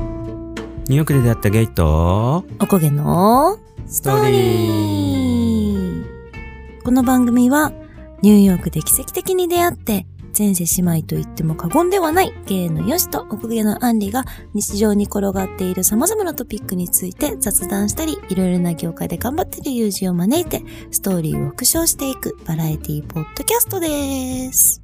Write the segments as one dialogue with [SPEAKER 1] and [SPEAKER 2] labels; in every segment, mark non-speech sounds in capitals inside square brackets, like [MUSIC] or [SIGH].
[SPEAKER 1] ニューヨークで出会ったゲイと、
[SPEAKER 2] おこげのストーリーこの番組はニューヨークで奇跡的に出会って前世姉妹と言っても過言ではない芸のよしとおこげのあんりが日常に転がっている様々なトピックについて雑談したりいろいろな業界で頑張っている友人を招いてストーリーを復唱していくバラエティポッドキャストです。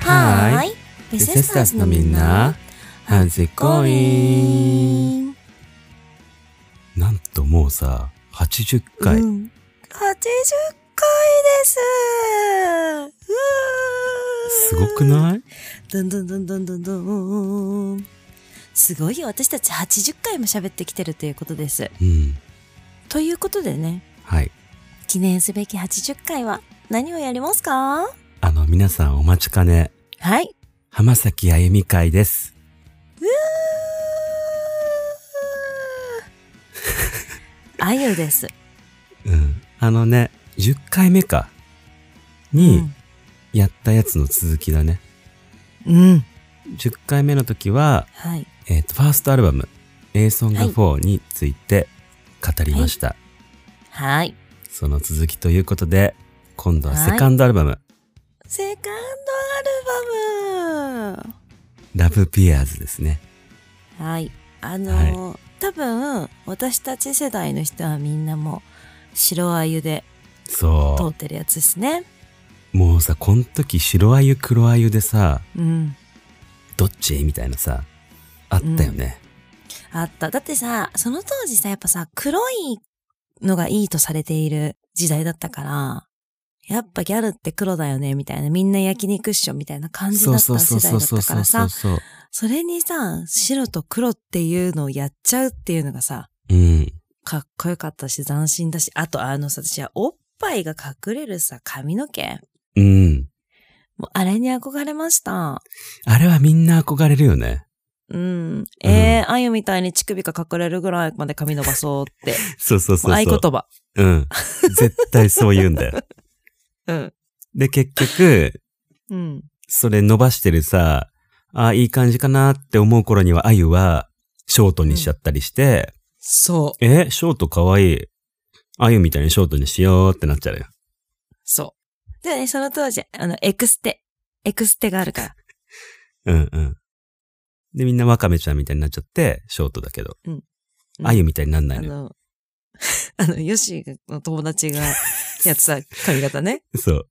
[SPEAKER 1] はー
[SPEAKER 2] い。
[SPEAKER 1] ベセスターズのみんな、How's it going? なんともうさ、80回。
[SPEAKER 2] うん、80回です
[SPEAKER 1] すごくないい
[SPEAKER 2] どんどんどんどんどんどん。すごいよ。私たち80回も喋ってきてるということです。
[SPEAKER 1] うん。
[SPEAKER 2] ということでね、
[SPEAKER 1] はい。
[SPEAKER 2] 記念すべき80回は何をやりますか
[SPEAKER 1] あの、皆さんお待ちかね、
[SPEAKER 2] はい。
[SPEAKER 1] 浜崎あゆみ会です。
[SPEAKER 2] あゆです。
[SPEAKER 1] うん。あのね、10回目か。
[SPEAKER 2] う
[SPEAKER 1] に
[SPEAKER 2] ん、
[SPEAKER 1] やったやつの続きだね。
[SPEAKER 2] うん。
[SPEAKER 1] 10回目の時は、
[SPEAKER 2] はい。
[SPEAKER 1] えっ、と、ファーストアルバム、A Song
[SPEAKER 2] はい
[SPEAKER 1] 4について語りました。
[SPEAKER 2] はい。
[SPEAKER 1] その続きということで、今度は
[SPEAKER 2] はい
[SPEAKER 1] セカンドアルバム、
[SPEAKER 2] セカンドアルバム
[SPEAKER 1] ラブピアーズですね。
[SPEAKER 2] はい。あのー多分、私たち世代の人はみんなもう、白あゆで通
[SPEAKER 1] そ
[SPEAKER 2] ってるやつですね。
[SPEAKER 1] う。もうさ、この時白あゆ黒あゆでさ、
[SPEAKER 2] うん。
[SPEAKER 1] どっちみたいなさ、あったよね。
[SPEAKER 2] あった。だってさ、その当時さ、やっぱさ、黒いのがいいとされている時代だったから、やっぱギャルって黒だよね、みたいな。みんな焼肉っしょ、みたいな感じだ
[SPEAKER 1] そ
[SPEAKER 2] っ
[SPEAKER 1] う
[SPEAKER 2] た
[SPEAKER 1] そうそ
[SPEAKER 2] 世
[SPEAKER 1] う
[SPEAKER 2] 代
[SPEAKER 1] そ
[SPEAKER 2] だ
[SPEAKER 1] う
[SPEAKER 2] っ
[SPEAKER 1] そ
[SPEAKER 2] た
[SPEAKER 1] う
[SPEAKER 2] か
[SPEAKER 1] そう
[SPEAKER 2] ら
[SPEAKER 1] そ
[SPEAKER 2] さ
[SPEAKER 1] う、そう。
[SPEAKER 2] それにさ、白と黒っていうのをやっちゃうっていうのがさ、
[SPEAKER 1] うん。
[SPEAKER 2] かっこよかったし、斬新だし、あとあのさ、私はおっぱいが隠れるさ、髪の毛。
[SPEAKER 1] うん。
[SPEAKER 2] もうあれに憧れました。
[SPEAKER 1] あれはみんな憧れるよね。
[SPEAKER 2] うん。えー、あゆみたいに乳首が隠れるぐらいまで髪伸ばそうって。
[SPEAKER 1] そうそう
[SPEAKER 2] も
[SPEAKER 1] そうう
[SPEAKER 2] 合
[SPEAKER 1] そう。
[SPEAKER 2] 言葉。
[SPEAKER 1] うん。絶対そう言うん
[SPEAKER 2] [LAUGHS]
[SPEAKER 1] だよ。
[SPEAKER 2] うん。
[SPEAKER 1] で、結局、
[SPEAKER 2] うん。
[SPEAKER 1] それ伸ばしてるさ、ああ、いい感じかなって思う頃には、あゆは、ショートにしちゃったりして、
[SPEAKER 2] そう。
[SPEAKER 1] え、ショートかわいい。あゆみたいにショートにしようってなっちゃうよ。
[SPEAKER 2] そう。でね、その当時、あの、エクステ。エクステがあるから。
[SPEAKER 1] うんうん。で、みんなワカメちゃんみたいになっちゃって、ショートだけど。
[SPEAKER 2] うん
[SPEAKER 1] あゆみたいになんない
[SPEAKER 2] あ
[SPEAKER 1] のよ。
[SPEAKER 2] の、 [LAUGHS] あの、ヨシの友達がやってた髪型
[SPEAKER 1] [LAUGHS]
[SPEAKER 2] ね。
[SPEAKER 1] そう。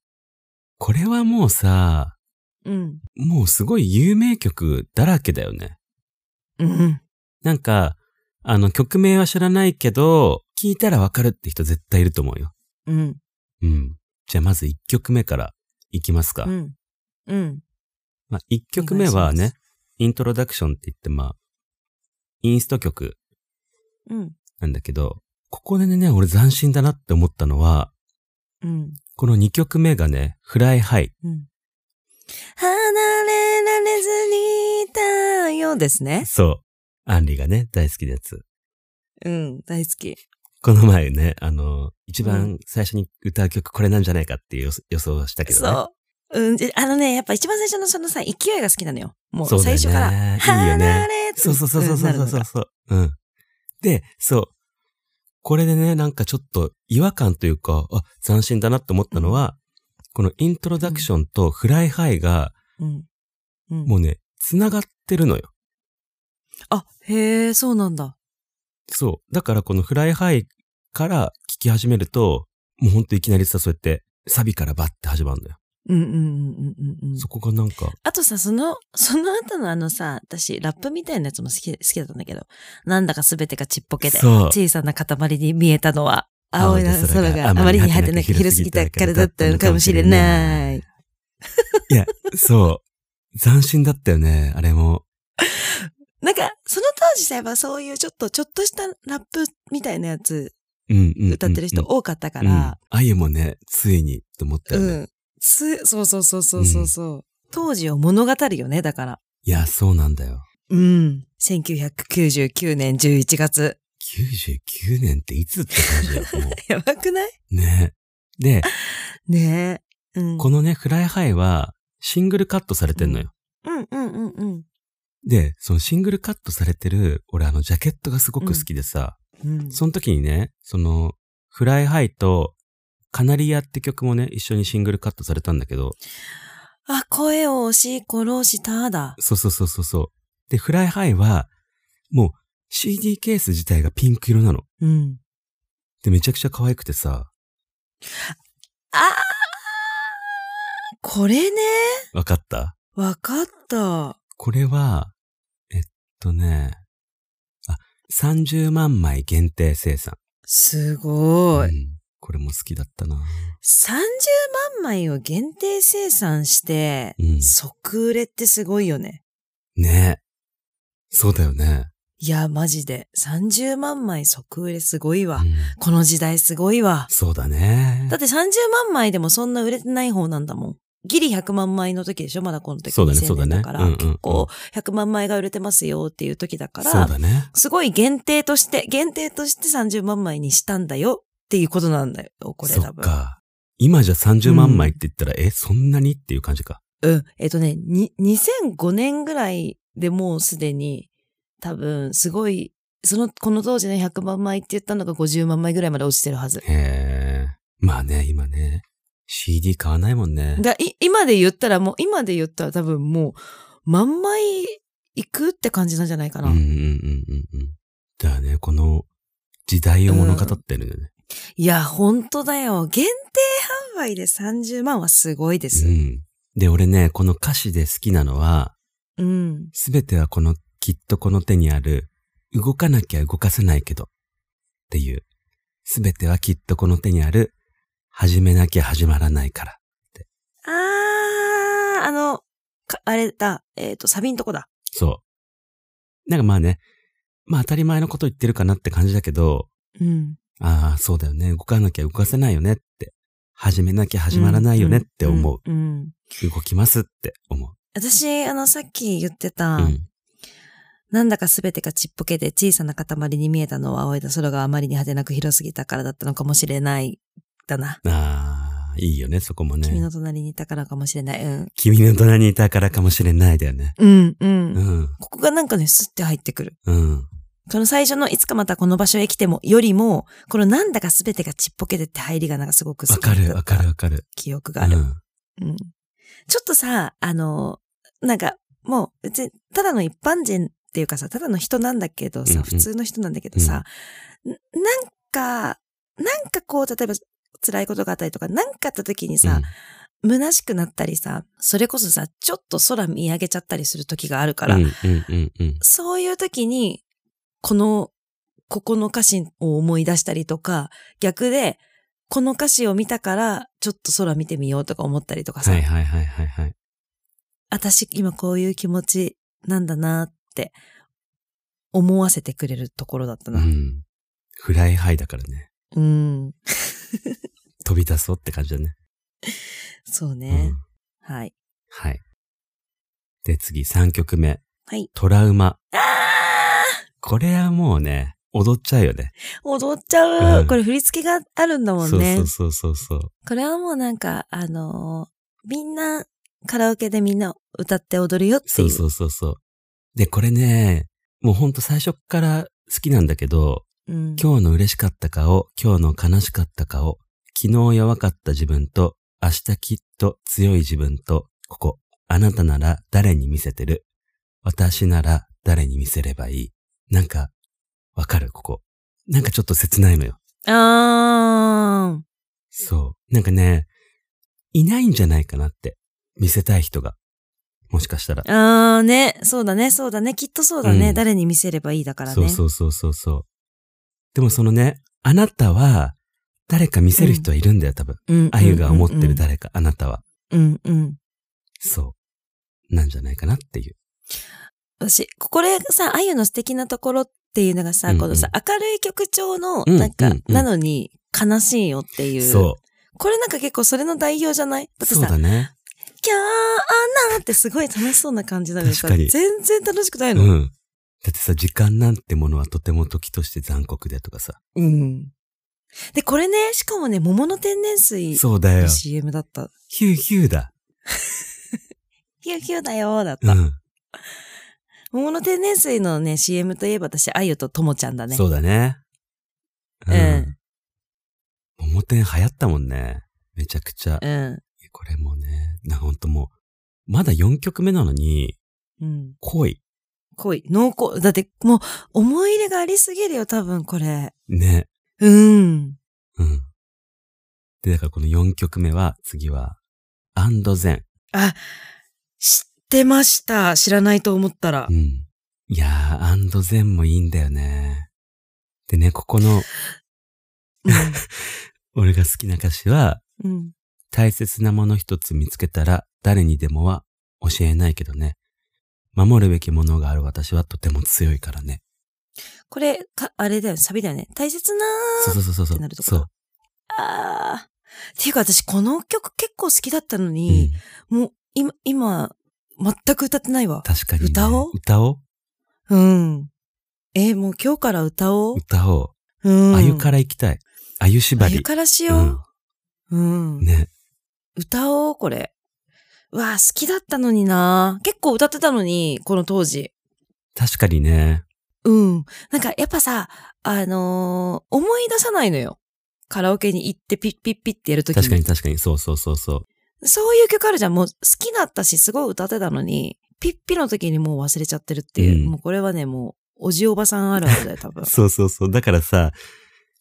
[SPEAKER 1] これはもうさ、
[SPEAKER 2] うん。
[SPEAKER 1] もうすごい有名曲だらけだよね。
[SPEAKER 2] うん。
[SPEAKER 1] なんか、あの曲名は知らないけど、聞いたらわかるって人絶対いると思うよ。
[SPEAKER 2] うん。
[SPEAKER 1] うん。じゃあまず1曲目からいきますか。
[SPEAKER 2] うん。うん。
[SPEAKER 1] まあ、1曲目は
[SPEAKER 2] お願い
[SPEAKER 1] ね
[SPEAKER 2] し、
[SPEAKER 1] イントロダクションって言ってまあ、インスト曲
[SPEAKER 2] うん。
[SPEAKER 1] なんだけど、ここでね、俺斬新だなって思ったのは、
[SPEAKER 2] うん。
[SPEAKER 1] この2曲目がね、フライハイ。
[SPEAKER 2] うん。離れられずにいたようですね。
[SPEAKER 1] そう。アンリがね、大好きなやつ。
[SPEAKER 2] うん。大好き。
[SPEAKER 1] この前ね、あの、一
[SPEAKER 2] う
[SPEAKER 1] 番最初に歌う曲これなんじゃないかっていう予予想はしたけどね。
[SPEAKER 2] そう。うん、じあのね、やっぱ一番最初のそのさ、勢いが好きなのよ。も
[SPEAKER 1] そううだ
[SPEAKER 2] 最
[SPEAKER 1] よね
[SPEAKER 2] 初から。
[SPEAKER 1] いいよね
[SPEAKER 2] 離れ
[SPEAKER 1] そうそうそうそうそうそうそうそう。うん。で、そう。これでね、なんかちょっと違和感というか、あ、斬新だなって思ったのは、このイントロダクションとフライハイが、
[SPEAKER 2] うん。うん。
[SPEAKER 1] もうね、繋がってるのよ。
[SPEAKER 2] あ、へえ、そうなんだ。
[SPEAKER 1] そう。だからこのフライハイから聞き始めると、もうほんといきなりさ、そうやって、サビからバッて始まるのよ。
[SPEAKER 2] うんうんうんうんうんうん。
[SPEAKER 1] そこがなんか、
[SPEAKER 2] あとさ、その、その後のあのさ、私、ラップみたいなやつも好き、好きだったんだけど、なんだか全てがちっぽけで、
[SPEAKER 1] そう
[SPEAKER 2] 小さな塊に見えたのは、青い
[SPEAKER 1] 青い
[SPEAKER 2] 空
[SPEAKER 1] 空
[SPEAKER 2] が
[SPEAKER 1] が
[SPEAKER 2] あまりに果
[SPEAKER 1] あまりに
[SPEAKER 2] てなく広すぎたからだったのかもしれない。
[SPEAKER 1] そう。斬新だったよね、あれも。
[SPEAKER 2] なんか、その当時さ、やっぱそういうちょっと、ちょっとしたラップみたいなやつ、
[SPEAKER 1] うんうんうんうん
[SPEAKER 2] 歌ってる人多かったか
[SPEAKER 1] うん
[SPEAKER 2] ら、
[SPEAKER 1] あゆもね、ついにって思った
[SPEAKER 2] う
[SPEAKER 1] よ
[SPEAKER 2] ん。
[SPEAKER 1] ね。
[SPEAKER 2] す、そうそうそうそうそうそう、当時を物語るよね、だから。
[SPEAKER 1] いや、そうなんだよ。
[SPEAKER 2] うん。1999年11月。 [LAUGHS]
[SPEAKER 1] 99年っていつって感じだよ、も。
[SPEAKER 2] やばくないう
[SPEAKER 1] ね。で、
[SPEAKER 2] ねえ。うん。
[SPEAKER 1] このね、フライハイは、シングルカットされてんのよ。
[SPEAKER 2] うんうんうんうん。
[SPEAKER 1] で、そのシングルカットされてる、俺あの、ジャケットがすごく好きでさ、
[SPEAKER 2] うん。
[SPEAKER 1] その時にね、その、フライハイと、カナリアって曲もね、一緒にシングルカットされたんだけど、
[SPEAKER 2] あ、声を押し殺しただ。
[SPEAKER 1] そうそうそうそうそう。で、フライハイは、もう CD ケース自体がピンク色なの。
[SPEAKER 2] うん。
[SPEAKER 1] で、めちゃくちゃ可愛くてさ、
[SPEAKER 2] あーこれね。
[SPEAKER 1] わかった
[SPEAKER 2] わかった。
[SPEAKER 1] これは、えっとね、あ、30万枚限定生産。
[SPEAKER 2] すごい。
[SPEAKER 1] うんこれも好きだったな
[SPEAKER 2] 30万枚を限定生産して、
[SPEAKER 1] うん
[SPEAKER 2] 即売れってすごいよね。
[SPEAKER 1] ねえ。そうだよね。
[SPEAKER 2] いや、マジで。30万枚即売れすごいわ。
[SPEAKER 1] うん
[SPEAKER 2] この時代すごいわ。
[SPEAKER 1] そうだね
[SPEAKER 2] だっ。て30万枚でもそんな売れてない方なんだもん。ギリ100万枚の時でしょまだこの時。
[SPEAKER 1] そうだね
[SPEAKER 2] 2000年
[SPEAKER 1] そうだね
[SPEAKER 2] から、
[SPEAKER 1] うんうんうん
[SPEAKER 2] 結構100万枚が売れてますよっていう時だか
[SPEAKER 1] そう
[SPEAKER 2] ら、
[SPEAKER 1] だね。
[SPEAKER 2] すごい限定として、限定として30万枚にしたんだよっていうことなんだよ。これ
[SPEAKER 1] そ
[SPEAKER 2] 多
[SPEAKER 1] っ
[SPEAKER 2] 分。
[SPEAKER 1] か。今じゃ30万枚って言ったら、え、そんなにっていう感じか。
[SPEAKER 2] うん。えっとね、に、2005年ぐらいでもうすでに、多分、すごい、その、この当時の100万枚って言ったのが50万枚ぐらいまで落ちてるはず。
[SPEAKER 1] へえ。まあね、今ね。CD 買わないもんね。
[SPEAKER 2] だ、い、今で言ったらもう、今で言ったら多分もう、万枚いくって感じなんじゃないか
[SPEAKER 1] うん
[SPEAKER 2] な。
[SPEAKER 1] うんうんうんうん。だよね、この時代を物語ってるよね。
[SPEAKER 2] いや、ほんとだよ。限定販売で30万はすごいで
[SPEAKER 1] う
[SPEAKER 2] す。
[SPEAKER 1] ん。で、俺ね、この歌詞で好きなのは、
[SPEAKER 2] うん。
[SPEAKER 1] すべてはこの、きっとこの手にある、動かなきゃ動かせないけど、っていう。すべてはきっとこの手にある、始めなきゃ始まらないから。
[SPEAKER 2] あー、あの、かあれだ、えっ、と、サビんとこだ。
[SPEAKER 1] そう。なんかまあね、まあ当たり前のこと言ってるかなって感じだけど、
[SPEAKER 2] うん。
[SPEAKER 1] ああ、そうだよね。動かなきゃ動かせないよねって。始めなきゃ始まらないよねって思う。
[SPEAKER 2] うんうんうん
[SPEAKER 1] 動きますって思う。
[SPEAKER 2] 私、あの、さっき言ってた、
[SPEAKER 1] うん。
[SPEAKER 2] なんだかすべてがちっぽけで小さな塊に見えたのは青い空があまりに派手なく広すぎたからだったのかもしれない、だな。
[SPEAKER 1] ああ、いいよね、そこもね。
[SPEAKER 2] 君の隣にいたからかもしれない。うん。
[SPEAKER 1] 君の隣にいたからかもしれないだよね。
[SPEAKER 2] うん、うん。
[SPEAKER 1] うん。
[SPEAKER 2] ここがなんかね、スッて入ってくる。
[SPEAKER 1] うん。
[SPEAKER 2] その最初のいつかまたこの場所へ来ても、よりも、このなんだかすべてがちっぽけでって入りがなんかすごく好
[SPEAKER 1] わ
[SPEAKER 2] きだ
[SPEAKER 1] か
[SPEAKER 2] った
[SPEAKER 1] る、わかる、わかる。
[SPEAKER 2] 記憶があ
[SPEAKER 1] う
[SPEAKER 2] る。
[SPEAKER 1] ん。
[SPEAKER 2] うんちょっとさ、あの、なんか、もう、別に、ただの一般人っていうかさ、ただの人なんだけど
[SPEAKER 1] うん
[SPEAKER 2] さ、
[SPEAKER 1] うん
[SPEAKER 2] 普通の人なんだけどさ、んなんか、なんかこう、例えば、辛いことがあったりとか、なんかあった時にさ、虚しくなったりさ、それこそさ、ちょっと空見上げちゃったりする時がある
[SPEAKER 1] か
[SPEAKER 2] から、
[SPEAKER 1] うん、うん、うん、うん。
[SPEAKER 2] そういう時に、この、ここの歌詞を思い出したりとか、逆で、この歌詞を見たから、ちょっと空見てみようとか思ったりとかさ、
[SPEAKER 1] はい、はい、はい、はい、はい。
[SPEAKER 2] 私今こういう気持ちなんだなって思わせてくれるところだった
[SPEAKER 1] う
[SPEAKER 2] な。
[SPEAKER 1] ん。フライハイだからね。
[SPEAKER 2] うん。
[SPEAKER 1] 飛び出そうって感じだね。
[SPEAKER 2] そう
[SPEAKER 1] うん
[SPEAKER 2] ね。。はい。
[SPEAKER 1] はい。で、次、3曲目。
[SPEAKER 2] はい。
[SPEAKER 1] トラウマ。
[SPEAKER 2] あー
[SPEAKER 1] これはもうね、踊っちゃうよね。
[SPEAKER 2] 踊っちゃう、
[SPEAKER 1] うん
[SPEAKER 2] これ振り付けがあるんだもん
[SPEAKER 1] そう
[SPEAKER 2] ね。
[SPEAKER 1] そうそうそうそう。
[SPEAKER 2] これはもうなんか、あのーみんな、カラオケでみんな歌って踊るよって
[SPEAKER 1] そ
[SPEAKER 2] いう。
[SPEAKER 1] うそうそうそう。で、これね、もうほんと最初っから好きなんだけど、
[SPEAKER 2] うん、
[SPEAKER 1] 今日の嬉しかった顔、今日の悲しかった顔、昨日弱かった自分と、明日きっと強い自分と、ここ、あなたなら誰に見せてる私なら誰に見せればいいなんか、わかるここ。なんかちょっと切ないのよ。
[SPEAKER 2] あー。
[SPEAKER 1] そう。なんかね、いないんじゃないかなって。見せたい人が。もしかしたら。
[SPEAKER 2] あーね。そうだね。そうだね。きっとそうだね。
[SPEAKER 1] うん
[SPEAKER 2] 誰に見せればいいだからね。
[SPEAKER 1] そうそうそうそうそう。でもそのね、あなたは、誰か見せる人はいるんだよ、多分。
[SPEAKER 2] うん。
[SPEAKER 1] あゆが思ってる
[SPEAKER 2] だ。
[SPEAKER 1] 誰か、あなたは。
[SPEAKER 2] うんうん。
[SPEAKER 1] そう。なんじゃないかなっていう。
[SPEAKER 2] 私、これさ、あゆの素敵なところっていうのがさ、
[SPEAKER 1] うんうん
[SPEAKER 2] このさ、明るい曲調の、
[SPEAKER 1] うん
[SPEAKER 2] なんか、
[SPEAKER 1] うんうん
[SPEAKER 2] なのに、悲しいよっていう。
[SPEAKER 1] そ
[SPEAKER 2] これなんか結構それの代表じゃないだ
[SPEAKER 1] う。
[SPEAKER 2] って
[SPEAKER 1] そう
[SPEAKER 2] さ、
[SPEAKER 1] だね。
[SPEAKER 2] キャーなーってすごい楽しそうな感じなのにさ、
[SPEAKER 1] 確かに
[SPEAKER 2] 全然楽しくないうの。
[SPEAKER 1] ん。だってさ、時間なんてものはとても時として残酷でとかさ。
[SPEAKER 2] うん。で、これね、しかもね、桃の天然水
[SPEAKER 1] そうだよ
[SPEAKER 2] の。CM だった。
[SPEAKER 1] ヒューヒューだ。
[SPEAKER 2] ヒューヒューだよーだっ
[SPEAKER 1] う
[SPEAKER 2] た。
[SPEAKER 1] ん。
[SPEAKER 2] 桃の天然水のね、CM といえば私、あゆとともちゃんだね。
[SPEAKER 1] そうだね。
[SPEAKER 2] うん。うん。
[SPEAKER 1] 桃天流行ったもんね。めちゃくちゃ。
[SPEAKER 2] うん。
[SPEAKER 1] これもね、なんかほんともう、まだ4曲目なのに、
[SPEAKER 2] うん。
[SPEAKER 1] 恋。
[SPEAKER 2] 濃い。濃厚。だって、もう、思い入れがありすぎるよ、多分、これ。
[SPEAKER 1] ね。
[SPEAKER 2] うん。
[SPEAKER 1] うん。で、だからこの4曲目は、次は、アンドゼン。
[SPEAKER 2] あ、知ってました。知らないと思ったら
[SPEAKER 1] う。ん。いやー、アンドゼンもいいんだよね。でね、ここの、俺が好きな歌詞は、
[SPEAKER 2] うん。うん
[SPEAKER 1] 大切なもの一つ見つけたら誰にでもは教えないけどね。守るべきものがある私はとても強いからね。
[SPEAKER 2] これ、か、あれだよね、サビだよね。大切な
[SPEAKER 1] そうそうそうそ
[SPEAKER 2] っ
[SPEAKER 1] う
[SPEAKER 2] てなる。とこ
[SPEAKER 1] そ
[SPEAKER 2] だ
[SPEAKER 1] う。
[SPEAKER 2] あーっていうか私この曲結構好きだったの
[SPEAKER 1] う
[SPEAKER 2] に
[SPEAKER 1] ん、、
[SPEAKER 2] もう今、今、全く歌ってないわ。
[SPEAKER 1] 確かに、ね。
[SPEAKER 2] 歌おう
[SPEAKER 1] 歌おう
[SPEAKER 2] うん。えーもう今日から歌おう。
[SPEAKER 1] 歌お
[SPEAKER 2] うん。
[SPEAKER 1] う。あゆから行きたい。あゆ縛
[SPEAKER 2] あ
[SPEAKER 1] り。
[SPEAKER 2] ゆからしよう。うん。
[SPEAKER 1] うん。ね。
[SPEAKER 2] 歌おう、これ。うわあ好きだったのにな結構歌ってたのに、この当時。
[SPEAKER 1] 確かにね。
[SPEAKER 2] うん。なんかやっぱさ、あのー思い出さないのよ。カラオケに行ってピッピッピッってやるとき
[SPEAKER 1] 確かに確かに。そうそうそうそう。
[SPEAKER 2] そういう曲あるじゃん。もう好きだったし、すごい歌ってたのに、ピッピの時にもう忘れちゃってるっていう。
[SPEAKER 1] うん。
[SPEAKER 2] もうこれはね、もう、おじおばさんあるあるだよ、多分
[SPEAKER 1] [LAUGHS] そうそうそう。だからさ、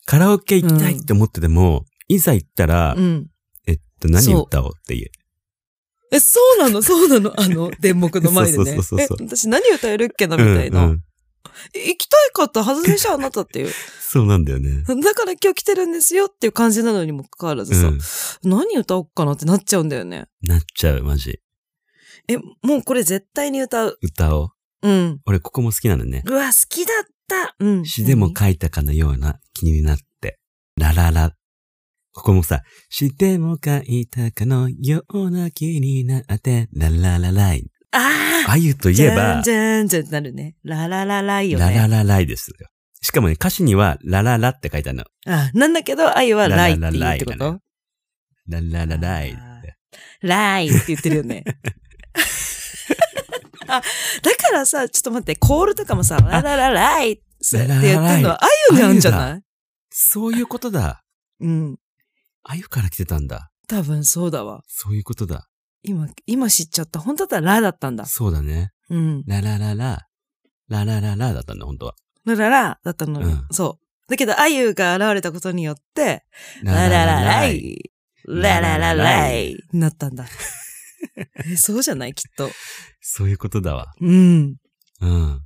[SPEAKER 1] カラオケ行きたいって思ってても、いざ行ったら、
[SPEAKER 2] うん。
[SPEAKER 1] えっと、何
[SPEAKER 2] そう
[SPEAKER 1] 歌おうっていう。
[SPEAKER 2] え、そうなのそうなの
[SPEAKER 1] [LAUGHS]
[SPEAKER 2] あの、電目の前でね。
[SPEAKER 1] そうそうそうそう
[SPEAKER 2] え、私何歌えるっけなみたいな。
[SPEAKER 1] うんうん。
[SPEAKER 2] え行きたいかった外れちゃうあなたっ
[SPEAKER 1] [LAUGHS]
[SPEAKER 2] ていう。
[SPEAKER 1] そうなんだよね。
[SPEAKER 2] だから今日来てるんですよっていう感じなのにもかかわらずさ、
[SPEAKER 1] うん。
[SPEAKER 2] 何歌おっかなってなっちゃうんだよね。
[SPEAKER 1] なっちゃう、マジ。
[SPEAKER 2] え、もうこれ絶対に歌う。
[SPEAKER 1] 歌おう。
[SPEAKER 2] うん。
[SPEAKER 1] 俺、ここも好きなのね。
[SPEAKER 2] うわ、好きだった。うん。
[SPEAKER 1] 詩でも書いたかのような気になって、ラララ。ここもさ、詩でも書いたかのような気になって、ラララライ。
[SPEAKER 2] ああ
[SPEAKER 1] あゆといえば、
[SPEAKER 2] じゃんじゃんじゃんってなるね。ラララライよね。
[SPEAKER 1] ラララライですよ。しかもね、歌詞には、ラララって書いてあるの。
[SPEAKER 2] あ、なんだけど、愛はライって言うってこ
[SPEAKER 1] ラララライだ
[SPEAKER 2] と
[SPEAKER 1] ねラララライって。
[SPEAKER 2] ライって言ってる
[SPEAKER 1] [LAUGHS]
[SPEAKER 2] よね。あ、だからさ、ちょっと待って、コールとかもさ、ラララライって言ってるのは、あゆなんじゃない
[SPEAKER 1] そういうことだ。
[SPEAKER 2] うん。
[SPEAKER 1] あゆから来てたんだ。
[SPEAKER 2] 多分そうだわ。
[SPEAKER 1] そういうことだ。
[SPEAKER 2] 今、今知っちゃった。本当だったらラだったんだ。
[SPEAKER 1] そうだね。
[SPEAKER 2] うん。
[SPEAKER 1] ララララ。ララララだったんだ、本当は。
[SPEAKER 2] ラララだったのよ。
[SPEAKER 1] うん
[SPEAKER 2] そう。だけど、あゆが現れたことによって、ララララ。イ、ラララライ、なった [LAUGHS] んだ。えそうじゃないきっと。
[SPEAKER 1] そういうことだわ。
[SPEAKER 2] うん。
[SPEAKER 1] うん。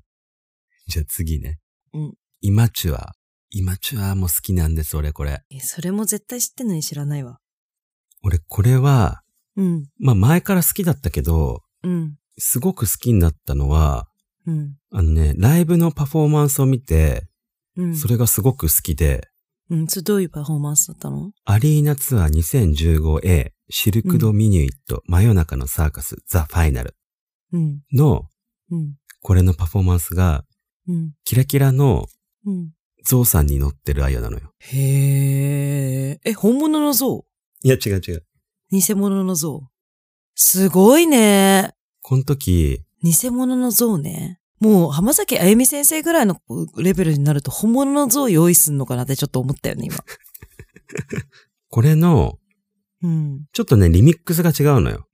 [SPEAKER 1] じゃあ次ね。
[SPEAKER 2] うん。
[SPEAKER 1] イマチュア。イマチュアも好きなんです、俺これ。
[SPEAKER 2] え、それも絶対知ってんのに知らないわ。
[SPEAKER 1] 俺これは、
[SPEAKER 2] うん。
[SPEAKER 1] まあ前から好きだったけど、
[SPEAKER 2] うん。
[SPEAKER 1] すごく好きになったのは、
[SPEAKER 2] うん。
[SPEAKER 1] あのね、ライブのパフォーマンスを見て、
[SPEAKER 2] うん。
[SPEAKER 1] それがすごく好きで、
[SPEAKER 2] うん。それどういうパフォーマンスだったの
[SPEAKER 1] アリーナツアー 2015A、シルクド・ミニュイット、真夜中のサーカス、ザ・ファイナル
[SPEAKER 2] うん。
[SPEAKER 1] の、
[SPEAKER 2] うん。
[SPEAKER 1] これのパフォーマンスが、
[SPEAKER 2] うん。
[SPEAKER 1] キラキラの
[SPEAKER 2] うん。
[SPEAKER 1] ゾウさんに乗ってるアイなのよ。
[SPEAKER 2] へー。え、本物の像
[SPEAKER 1] いや、違う違う。
[SPEAKER 2] 偽物の像すごいね。
[SPEAKER 1] この時、
[SPEAKER 2] 偽物の像ね。もう、浜崎あゆみ先生ぐらいのレベルになると、本物の像用意すんのかなってちょっと思ったよね、今。
[SPEAKER 1] これの、
[SPEAKER 2] うん。
[SPEAKER 1] ちょっとね、リミックスが違うのよ。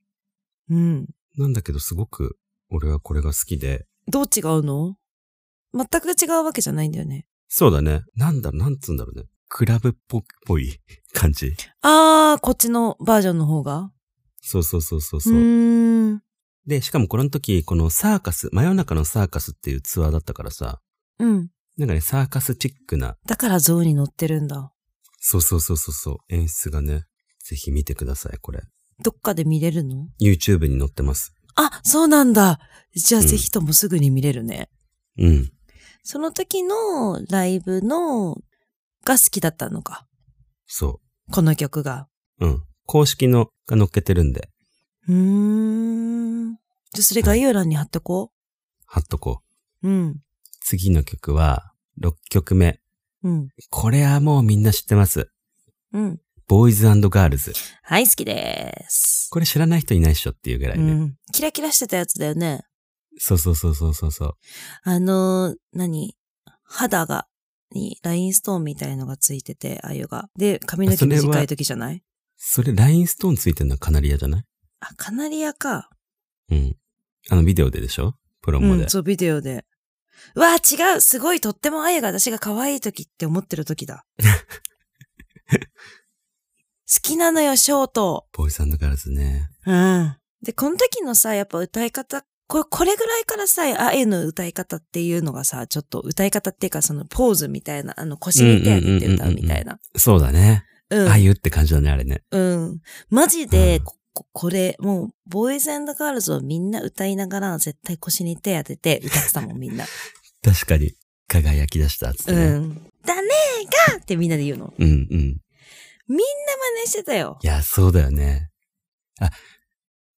[SPEAKER 2] うん。
[SPEAKER 1] なんだけど、すごく、俺はこれが好きで。
[SPEAKER 2] どう違うの全く違うわけじゃないんだよね。
[SPEAKER 1] そうだね。なんだ、なんつうんだろうね。クラブっぽっぽい感じ。
[SPEAKER 2] あー、こっちのバージョンの方が
[SPEAKER 1] そうそうそうそう
[SPEAKER 2] う
[SPEAKER 1] そう、
[SPEAKER 2] ーん。
[SPEAKER 1] で、しかもこの時、このサーカス、真夜中のサーカスっていうツアーだったからさ、
[SPEAKER 2] うん。
[SPEAKER 1] なんかね、サーカスチックな、
[SPEAKER 2] だから像に乗ってるんだ。
[SPEAKER 1] そうそうそうそうそう、演出がね、ぜひ見てください、これ。
[SPEAKER 2] どっかで見れるの
[SPEAKER 1] YouTube に載ってます。
[SPEAKER 2] あ、そうなんだ。じゃあ
[SPEAKER 1] うん
[SPEAKER 2] ぜひともすぐに見れるね。
[SPEAKER 1] うん。
[SPEAKER 2] その時のライブのが好きだったのか。
[SPEAKER 1] そ
[SPEAKER 2] この曲が。
[SPEAKER 1] う。うん。公式のが載っけてるんで、
[SPEAKER 2] うーん。じゃあそれ概要欄に貼ってこ
[SPEAKER 1] 貼っとこう。
[SPEAKER 2] う。うん。
[SPEAKER 1] 次の曲は、6曲目。
[SPEAKER 2] うん。
[SPEAKER 1] これはもうみんな知ってます。
[SPEAKER 2] うん。
[SPEAKER 1] ボーイズガールズ。
[SPEAKER 2] はい、好きです。
[SPEAKER 1] これ知らない人いないっしょっていうぐらいうね。
[SPEAKER 2] ん。キラキラしてたやつだよね。
[SPEAKER 1] そうそうそうそうそうそう。
[SPEAKER 2] あのー、何肌が、に、ラインストーンみたいのがついてて、あゆが。で、髪の毛
[SPEAKER 1] あそれは
[SPEAKER 2] 短い時じゃない
[SPEAKER 1] それ、ラインストーンついてるのはカナリアじゃない
[SPEAKER 2] あ、カナリアか。
[SPEAKER 1] うん。あのビデオででしょプロモで。
[SPEAKER 2] うん、そう、ビデオで。うわー違うすごいとってもあゆが私が可愛い時って思ってる
[SPEAKER 1] [LAUGHS]
[SPEAKER 2] 時だ。好きなのよ、ショート。
[SPEAKER 1] ボーイズガールズね。
[SPEAKER 2] うん。で、この時のさ、やっぱ歌い方、これ、これぐらいからさ、あゆの歌い方っていうのがさ、ちょっと歌い方っていうか、そのポーズみたいな、あの腰に手上げて歌うみたいな。
[SPEAKER 1] そうだね。
[SPEAKER 2] うん。
[SPEAKER 1] ああいうって感じだね、あれね。
[SPEAKER 2] うん。マジで、
[SPEAKER 1] うん
[SPEAKER 2] こここれ、もう、ボーイズガールズをみんな歌いながら、絶対腰に手当てて歌ってたもん、み [LAUGHS] んな。
[SPEAKER 1] 確かに、輝き出したっつって
[SPEAKER 2] う
[SPEAKER 1] ね。
[SPEAKER 2] ん。だねーがってみんなで言うの。
[SPEAKER 1] うん、うん。
[SPEAKER 2] 真似してたよ
[SPEAKER 1] い。や、そうだよね。あ、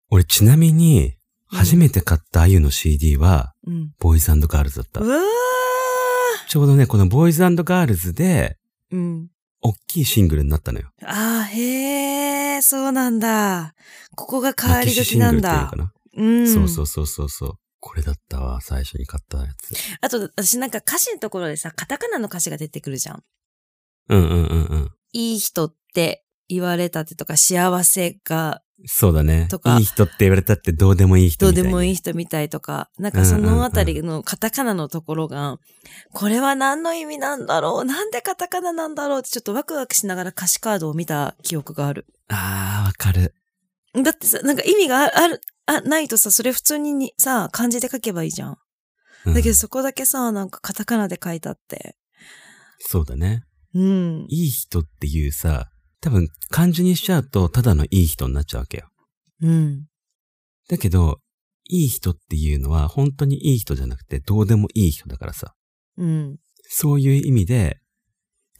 [SPEAKER 1] 俺ちなみに、初めて買ったあゆの CD は、
[SPEAKER 2] うん。
[SPEAKER 1] ボーイズガールズだった
[SPEAKER 2] う。わー
[SPEAKER 1] ちょうどね、このボーイズガールズで、
[SPEAKER 2] うん。
[SPEAKER 1] 大きいシングルになったのよ。
[SPEAKER 2] あー、へー、そうなんだ。ここが変わ
[SPEAKER 1] き
[SPEAKER 2] り
[SPEAKER 1] し
[SPEAKER 2] 時なん
[SPEAKER 1] シングルっ
[SPEAKER 2] だ
[SPEAKER 1] ていう。のか
[SPEAKER 2] うん。
[SPEAKER 1] な。そうそうそうそうそう。これだったわ、最初に買ったやつ。
[SPEAKER 2] あと、私なんか歌詞のところでさ、カタカナの歌詞が出てくるじゃん。
[SPEAKER 1] うんうんうんうん。
[SPEAKER 2] いい人って言われたってとか、幸せが
[SPEAKER 1] そうだね
[SPEAKER 2] とか。
[SPEAKER 1] いい人って言われたってどうでもいい人
[SPEAKER 2] どう
[SPEAKER 1] みたい
[SPEAKER 2] で
[SPEAKER 1] な。
[SPEAKER 2] もいい
[SPEAKER 1] い。
[SPEAKER 2] 人みたいとか、なんかそのあたりのカタカナのところが、これは何の意味なんだろうなんでカタカナなんだろうってちょっとワクワクしながら歌詞カードを見た記憶がある。
[SPEAKER 1] あー、わかる。
[SPEAKER 2] だってさ、なんか意味がある、ある、あ、ないとさ、それ普通ににさ、漢字で書けばいいじゃん。
[SPEAKER 1] うん
[SPEAKER 2] だけどそこだけさ、なんかカタカナで書いたって。
[SPEAKER 1] そうだね。
[SPEAKER 2] うん。
[SPEAKER 1] いい人っていうさ、多分漢字にしちゃうとただのいい人になっちゃうわけよ。
[SPEAKER 2] うん。
[SPEAKER 1] だけど、いい人っていうのは本当にいい人じゃなくてどうでもいい人だからさ。
[SPEAKER 2] うん。
[SPEAKER 1] そういう意味で、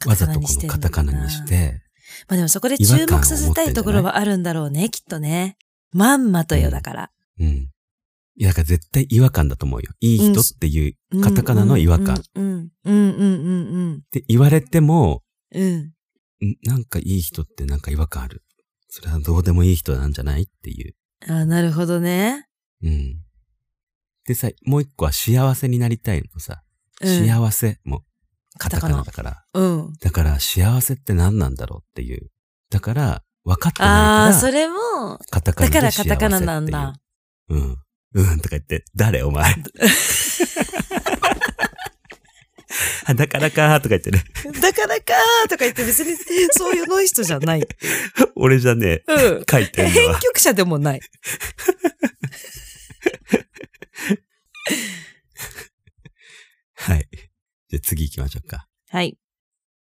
[SPEAKER 1] わざとこのカタ
[SPEAKER 2] カ
[SPEAKER 1] カ
[SPEAKER 2] タカ
[SPEAKER 1] ナ
[SPEAKER 2] ナ
[SPEAKER 1] に
[SPEAKER 2] に
[SPEAKER 1] し、
[SPEAKER 2] してまあでもそこで
[SPEAKER 1] 違和
[SPEAKER 2] 注
[SPEAKER 1] 感を持
[SPEAKER 2] 目させたいところはあるんだろうね、きっとね。まんまと
[SPEAKER 1] う
[SPEAKER 2] よ、
[SPEAKER 1] ん
[SPEAKER 2] だから。
[SPEAKER 1] うん。いや、だから絶対違和感だと思うよ。いい人っていう、カタカナの違和感。
[SPEAKER 2] うん。うんうんうんうん。
[SPEAKER 1] って言われても、
[SPEAKER 2] うん。
[SPEAKER 1] んなんかいい人ってなんか違和感ある。それはどうでもいい人なんじゃないっていう。
[SPEAKER 2] あなるほどね。
[SPEAKER 1] うん。でさ、もう一個は幸せになりたいのさ。
[SPEAKER 2] うん
[SPEAKER 1] 幸せもカタカナ
[SPEAKER 2] カ
[SPEAKER 1] だから。
[SPEAKER 2] うん。
[SPEAKER 1] だから幸せって何なんだろうっていう。だから、分かって
[SPEAKER 2] あ
[SPEAKER 1] な
[SPEAKER 2] あ、
[SPEAKER 1] いか
[SPEAKER 2] そ
[SPEAKER 1] ら、
[SPEAKER 2] れも、
[SPEAKER 1] カタカナ
[SPEAKER 2] だ
[SPEAKER 1] で
[SPEAKER 2] から
[SPEAKER 1] 幸せ
[SPEAKER 2] カ
[SPEAKER 1] っていう。
[SPEAKER 2] タカナなんだ。。
[SPEAKER 1] うん。うんとか言って、誰お
[SPEAKER 2] [LAUGHS]
[SPEAKER 1] 前。あだからかーとか言ってね。
[SPEAKER 2] だからかーとか言って別に [LAUGHS] そういうのい人じゃない。
[SPEAKER 1] 俺じゃね
[SPEAKER 2] うん。
[SPEAKER 1] え。書いてんの
[SPEAKER 2] 編 [LAUGHS]
[SPEAKER 1] は。
[SPEAKER 2] 曲者でもない。
[SPEAKER 1] はい。じゃあ次行きましょうか。
[SPEAKER 2] はい。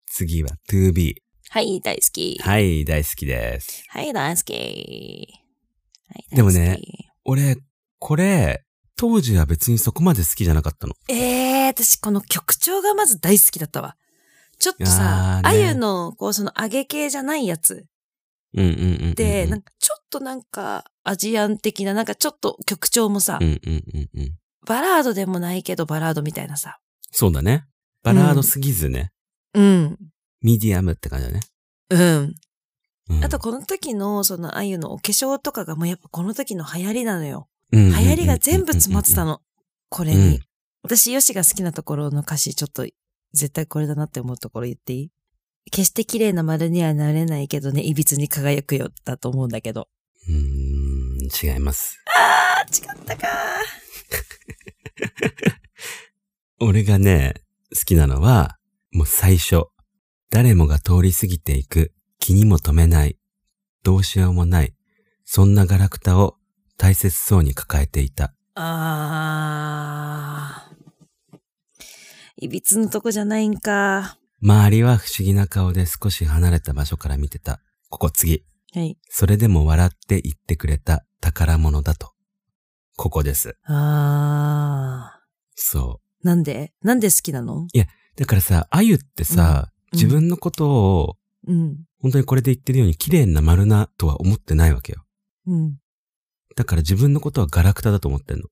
[SPEAKER 1] 次は 2B。
[SPEAKER 2] はい、大好き。
[SPEAKER 1] はい、大好きです。
[SPEAKER 2] はい、大好き。はい、
[SPEAKER 1] でもね。俺、これ、当時は別にそこまで好きじゃなかったの。
[SPEAKER 2] ええー、私この曲調がまず大好きだったわ。ちょっとさ、
[SPEAKER 1] あー
[SPEAKER 2] あ
[SPEAKER 1] ね
[SPEAKER 2] ゆ、の、こう、その揚げ系じゃないやつ
[SPEAKER 1] うんうんうんうんうん。
[SPEAKER 2] で、
[SPEAKER 1] う
[SPEAKER 2] なんかちょっとなんかアジアン的な、なんかちょっと曲調もさ、
[SPEAKER 1] んうんうんうん。
[SPEAKER 2] バラードでもないけどバラードみたいなさ。
[SPEAKER 1] そうだね。バラードすぎずね。
[SPEAKER 2] うん。
[SPEAKER 1] ミディアムって感じだね。
[SPEAKER 2] うん。
[SPEAKER 1] うん
[SPEAKER 2] あと、この時の、その、あゆのお化粧とかがもうやっぱこの時の流行りなのよ。
[SPEAKER 1] 流
[SPEAKER 2] 流行りが全部詰まってた
[SPEAKER 1] の。
[SPEAKER 2] の。これ
[SPEAKER 1] うん
[SPEAKER 2] に。私、ヨシが好きなところの歌詞、ちょっと、絶対これだなって思うところ言っていい決して綺麗な丸にはなれないけどね、歪に輝くよ、だと思うんだけど。
[SPEAKER 1] うーん、違います。
[SPEAKER 2] あー、違ったか
[SPEAKER 1] 俺がね、好きなのは、もう最初。誰もが通り過ぎていく、気にも留めない、どうしようもない、そんなガラクタを大切そうに抱えていた。
[SPEAKER 2] あー。歪のとこじゃないんか。
[SPEAKER 1] 周りは不思議な顔で少し離れた場所から見てた。ここ次。
[SPEAKER 2] はい。
[SPEAKER 1] それでも笑って言ってくれた宝物だと。ここです。
[SPEAKER 2] あ
[SPEAKER 1] そ
[SPEAKER 2] ー。なんでなんで好きなの
[SPEAKER 1] う。だからさ、あゆってさ、
[SPEAKER 2] うん
[SPEAKER 1] 自分のことを、
[SPEAKER 2] うん。
[SPEAKER 1] 本当にこれで言ってるように綺麗な丸なとは思ってないわけよ。
[SPEAKER 2] うん。
[SPEAKER 1] だから自分のことはガラクタだと思ってんの。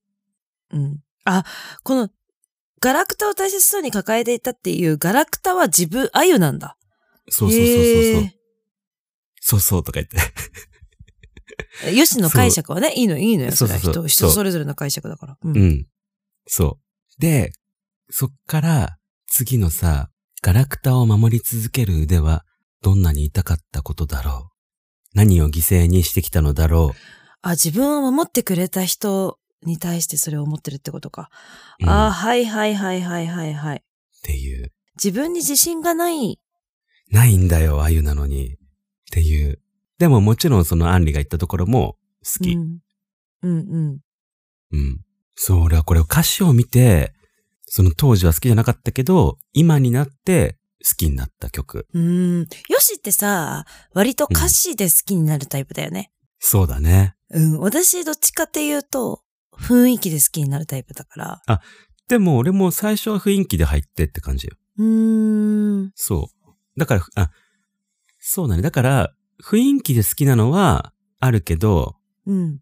[SPEAKER 2] うん。あ、この、ガラクタを大切そうに抱えていたっていう、ガラクタは自分、あゆなんだ。
[SPEAKER 1] そうそうそうそうそう。そうそうとか言って。 [LAUGHS]
[SPEAKER 2] へーよしの解釈はね、いいのよ、いいのよ。それは
[SPEAKER 1] そう
[SPEAKER 2] 人、
[SPEAKER 1] そうそう
[SPEAKER 2] 人
[SPEAKER 1] そう
[SPEAKER 2] それぞれの解釈だから。う
[SPEAKER 1] う。ん。そう。で、そっから次のさ、ガラクタを守り続ける腕はどんなに痛かったことだろう。何を犠牲にしてきたのだろ
[SPEAKER 2] あ、自分を守ってくれた人に対してそれを思ってるってことか。
[SPEAKER 1] う。うん
[SPEAKER 2] あー、はいはいはいはいはいはい。
[SPEAKER 1] っていう。
[SPEAKER 2] 自分に自信がない。
[SPEAKER 1] ないんだよ、あゆなのに。っていう。でももちろんそのアンリが言ったところも好き。
[SPEAKER 2] う
[SPEAKER 1] うん。
[SPEAKER 2] ん。うんうん。
[SPEAKER 1] そう、俺はこれを歌詞を見て、その当時は好きじゃなかったけど、今になって好きになった曲。
[SPEAKER 2] うーん。よしってさ、割と歌詞で好きになるタイプだよね。
[SPEAKER 1] そうだね。
[SPEAKER 2] うん。私、どっちかっていうと、雰囲気で好きになるタイプだから。
[SPEAKER 1] でも俺も最初は雰囲気で入ってって感じよ。
[SPEAKER 2] うーん。
[SPEAKER 1] そう。だから、あ、そうだね。だから、雰囲気で好きなのはあるけど、
[SPEAKER 2] うん。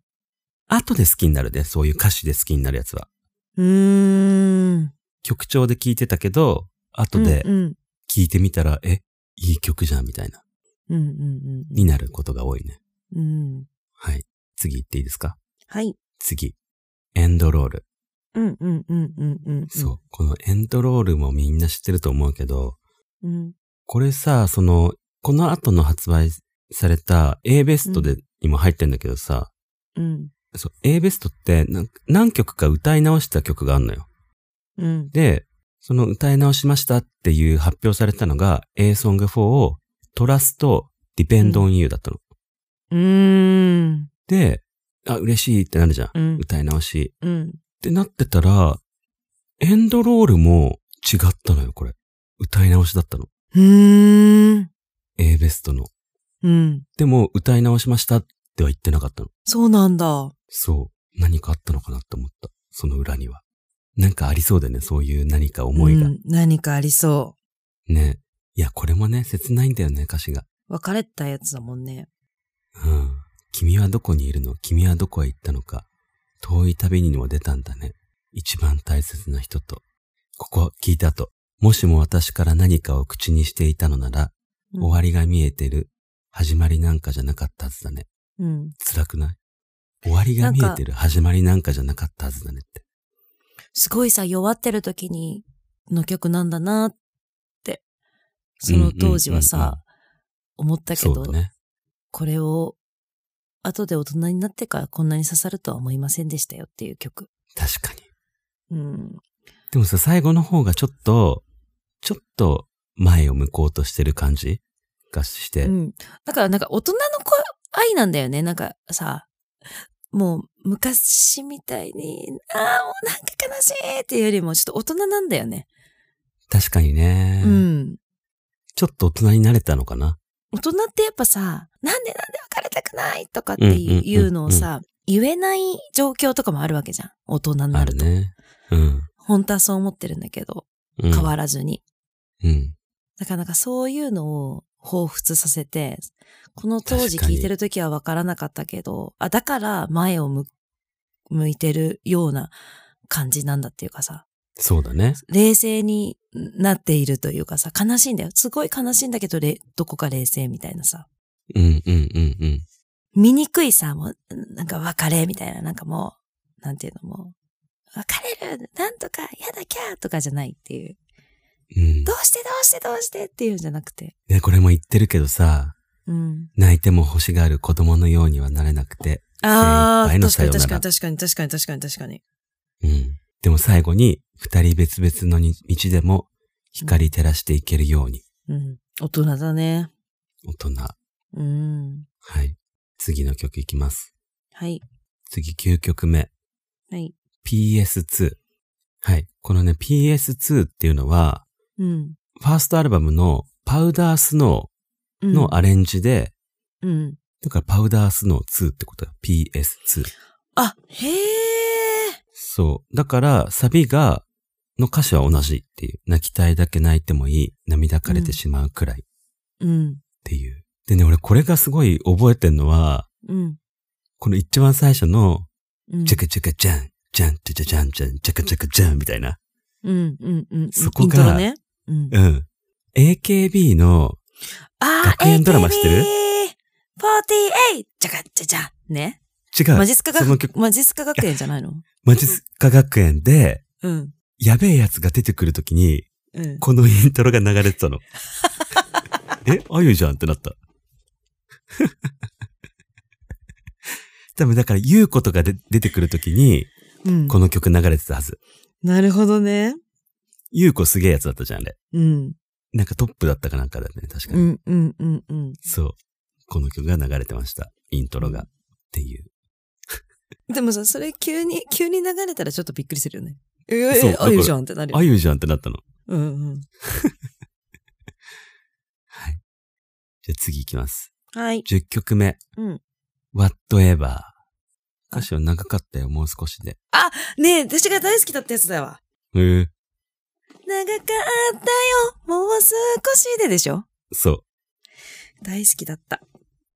[SPEAKER 1] 後で好きになるね。そういう歌詞で好きになるやつは。
[SPEAKER 2] うーん。
[SPEAKER 1] 曲調で聴いてたけど、後で
[SPEAKER 2] うんうん。
[SPEAKER 1] 聴いてみたら、え、いい曲じゃんみたいな、
[SPEAKER 2] うんうんうん
[SPEAKER 1] になることが多いね。
[SPEAKER 2] うん。うん。
[SPEAKER 1] はい。次行っていいですか
[SPEAKER 2] はい。
[SPEAKER 1] 次。エンドロール。
[SPEAKER 2] うんうんうんうんうん。
[SPEAKER 1] そう。このエンドロールもみんな知ってると思うけど、
[SPEAKER 2] うん。うん。
[SPEAKER 1] これさ、その、この後の発売された A ベストで今入ってんだけどさ、
[SPEAKER 2] うん。
[SPEAKER 1] そう、A ベストってなん何曲か歌い直した曲があるのよ。
[SPEAKER 2] うん。
[SPEAKER 1] で、その歌い直しましたっていう発表されたのが A Song 4をトラスと Depend on You だったの。
[SPEAKER 2] うーん。
[SPEAKER 1] で、あ、嬉しいってなるじゃん。
[SPEAKER 2] うん。
[SPEAKER 1] 歌い直し。っ
[SPEAKER 2] うん。
[SPEAKER 1] てなってたら、エンドロールも違ったのよ、これ。歌い直しだったの。
[SPEAKER 2] うーん。
[SPEAKER 1] A ベストの。
[SPEAKER 2] うん。
[SPEAKER 1] でも、歌い直しましたっては言ってなかったの。
[SPEAKER 2] そうなんだ。
[SPEAKER 1] そう。何かあったのかなって思った。その裏には。なんかありそうだよね、そういう何か思いが。
[SPEAKER 2] うん何かありそ
[SPEAKER 1] ね。いや、これもね、切ないんだよね、歌詞が。
[SPEAKER 2] う。別れたやつだもんね。
[SPEAKER 1] うん。君はどこにいるの君はどこへ行ったのか遠い旅にも出たんだね。一番大切な人と。ここ聞いた後。もしも私から何かを口にしていたのなら、
[SPEAKER 2] うん
[SPEAKER 1] 終わりが見えてる。始まりなんかじゃなかったはずだね。
[SPEAKER 2] うん。
[SPEAKER 1] 辛くない終わりが見えてる。始まりなんかじゃなかったはずだねって。
[SPEAKER 2] すごいさ、弱ってる時に、の曲なんだなって、その当時は
[SPEAKER 1] うんうんうん
[SPEAKER 2] さ、思ったけ
[SPEAKER 1] そ
[SPEAKER 2] ど
[SPEAKER 1] うだ、ね。
[SPEAKER 2] これを、後で大人になってからこんなに刺さるとは思いませんでしたよっていう曲。
[SPEAKER 1] 確かに。
[SPEAKER 2] うん。
[SPEAKER 1] でもさ、最後の方がちょっと、ちょっと前を向こうとしてる感じがして、
[SPEAKER 2] うん。だからなんか大人の子愛なんだよね。なんかさ、もう昔みたいに、ああ、もうなんか悲しいっていうよりもちょっと大人なんだよね。
[SPEAKER 1] 確かにね、
[SPEAKER 2] うん。
[SPEAKER 1] ちょっと大人になれたのかな。
[SPEAKER 2] 大人ってやっぱさ、なんでなんで別れたくないとかって
[SPEAKER 1] うんうんうんうん
[SPEAKER 2] いうのをさ、言えない状況とかもあるわけじゃん。大人にな
[SPEAKER 1] あ
[SPEAKER 2] る
[SPEAKER 1] る
[SPEAKER 2] と。
[SPEAKER 1] ね。うん。
[SPEAKER 2] 本当はそう思ってるんだけど、
[SPEAKER 1] うん、
[SPEAKER 2] 変わらずに。
[SPEAKER 1] うん。
[SPEAKER 2] だからなんかそういうのを彷彿させて、この当時
[SPEAKER 1] 確か
[SPEAKER 2] 聞
[SPEAKER 1] に
[SPEAKER 2] いてる時はわからなかったけど、あ、だから前を向向いてるような感じなんだっていうかさ、
[SPEAKER 1] そうだね。
[SPEAKER 2] 冷静になっているというかさ、悲しいんだよ。すごい悲しいんだけど、れどこか冷静みたいなさ。
[SPEAKER 1] うんうんうんうん。
[SPEAKER 2] 醜いさ、もう、なんか別れみたいな、なんかもう、なんていうのもう、別れるなんとかやだきゃーとかじゃないっていう。
[SPEAKER 1] うん
[SPEAKER 2] どうしてどうしてどうしてっていうんじゃなくて。
[SPEAKER 1] ね、これも言ってるけどさ、
[SPEAKER 2] うん。
[SPEAKER 1] 泣いても欲しがる子供のようにはなれなくて。
[SPEAKER 2] あ
[SPEAKER 1] 精
[SPEAKER 2] あ、
[SPEAKER 1] 一杯の
[SPEAKER 2] 確かに
[SPEAKER 1] さよ
[SPEAKER 2] 確
[SPEAKER 1] うな
[SPEAKER 2] かに
[SPEAKER 1] ら
[SPEAKER 2] 確かに確かに確かに確かに。
[SPEAKER 1] うん。でも最後に、二人別々のに道でも、光照らしていけるように。
[SPEAKER 2] うん。大人だね。
[SPEAKER 1] 大人。
[SPEAKER 2] うん。
[SPEAKER 1] はい。次の曲いきます。
[SPEAKER 2] はい。
[SPEAKER 1] 次9曲目。
[SPEAKER 2] はい。
[SPEAKER 1] PS2。はい。このね、PS2 っていうのは、
[SPEAKER 2] うん。
[SPEAKER 1] ファーストアルバムのパウダースノ
[SPEAKER 2] うん
[SPEAKER 1] ーのアレンジで、
[SPEAKER 2] うん。
[SPEAKER 1] だからパウダースノー2ってことよ。PS2。
[SPEAKER 2] あ、へえ。
[SPEAKER 1] そう。だから、サビが、の歌詞は同じっていう。泣きたいだけ泣いてもいい。涙枯れてしまうくらいっ
[SPEAKER 2] うん。
[SPEAKER 1] ていう。でね、俺これがすごい覚えてんのは、
[SPEAKER 2] うん。
[SPEAKER 1] この一番最初の、
[SPEAKER 2] うん
[SPEAKER 1] チャカチャカジャン、ジャン、ジャジャジャン、ジャン、チャカチャカジャンみたいな。
[SPEAKER 2] うん、うん、うん。
[SPEAKER 1] そこが
[SPEAKER 2] イントロね。うん。
[SPEAKER 1] うん。AKB の、
[SPEAKER 2] あ
[SPEAKER 1] 学園ドラマ知ってる
[SPEAKER 2] ?48! じゃがじゃじゃ。ね。
[SPEAKER 1] 違う。
[SPEAKER 2] マジスカ
[SPEAKER 1] その
[SPEAKER 2] 学、
[SPEAKER 1] 曲
[SPEAKER 2] マジスカ学園じゃないの
[SPEAKER 1] マジスカ学園で、
[SPEAKER 2] うん。
[SPEAKER 1] やべえやつが出てくるときに、
[SPEAKER 2] うん。
[SPEAKER 1] このイントロが流れて
[SPEAKER 2] [LAUGHS]
[SPEAKER 1] たの。え、あゆじゃんってなった。 [LAUGHS] 多分だから、ゆうことがで出てくるときに、
[SPEAKER 2] うん。
[SPEAKER 1] この曲流れてたはず。
[SPEAKER 2] なるほどね。
[SPEAKER 1] ゆうこすげえやつだったじゃん、あれ。
[SPEAKER 2] うん。
[SPEAKER 1] なんかトップだったかなんかだったね、確か
[SPEAKER 2] う
[SPEAKER 1] に。
[SPEAKER 2] ん、うん、うん、うん。
[SPEAKER 1] そう。この曲が流れてました。イントロが。っていう。
[SPEAKER 2] でもさ、それ急に、急に流れたらちょっとびっくりするよね。え
[SPEAKER 1] そう
[SPEAKER 2] え
[SPEAKER 1] だ、から
[SPEAKER 2] あゆじゃんってなるよ
[SPEAKER 1] あ。ゆじゃんってなったの。
[SPEAKER 2] うん、うん。
[SPEAKER 1] はい。じゃあ次行きます。
[SPEAKER 2] はい。
[SPEAKER 1] 10曲目。
[SPEAKER 2] うん。
[SPEAKER 1] whatever。歌詞は長かったよ、もう少しで。
[SPEAKER 2] ねえ、私が大好きだったやつだわ。
[SPEAKER 1] へえ
[SPEAKER 2] 長かったよ、もう少しででしょ
[SPEAKER 1] そう。
[SPEAKER 2] 大好きだった。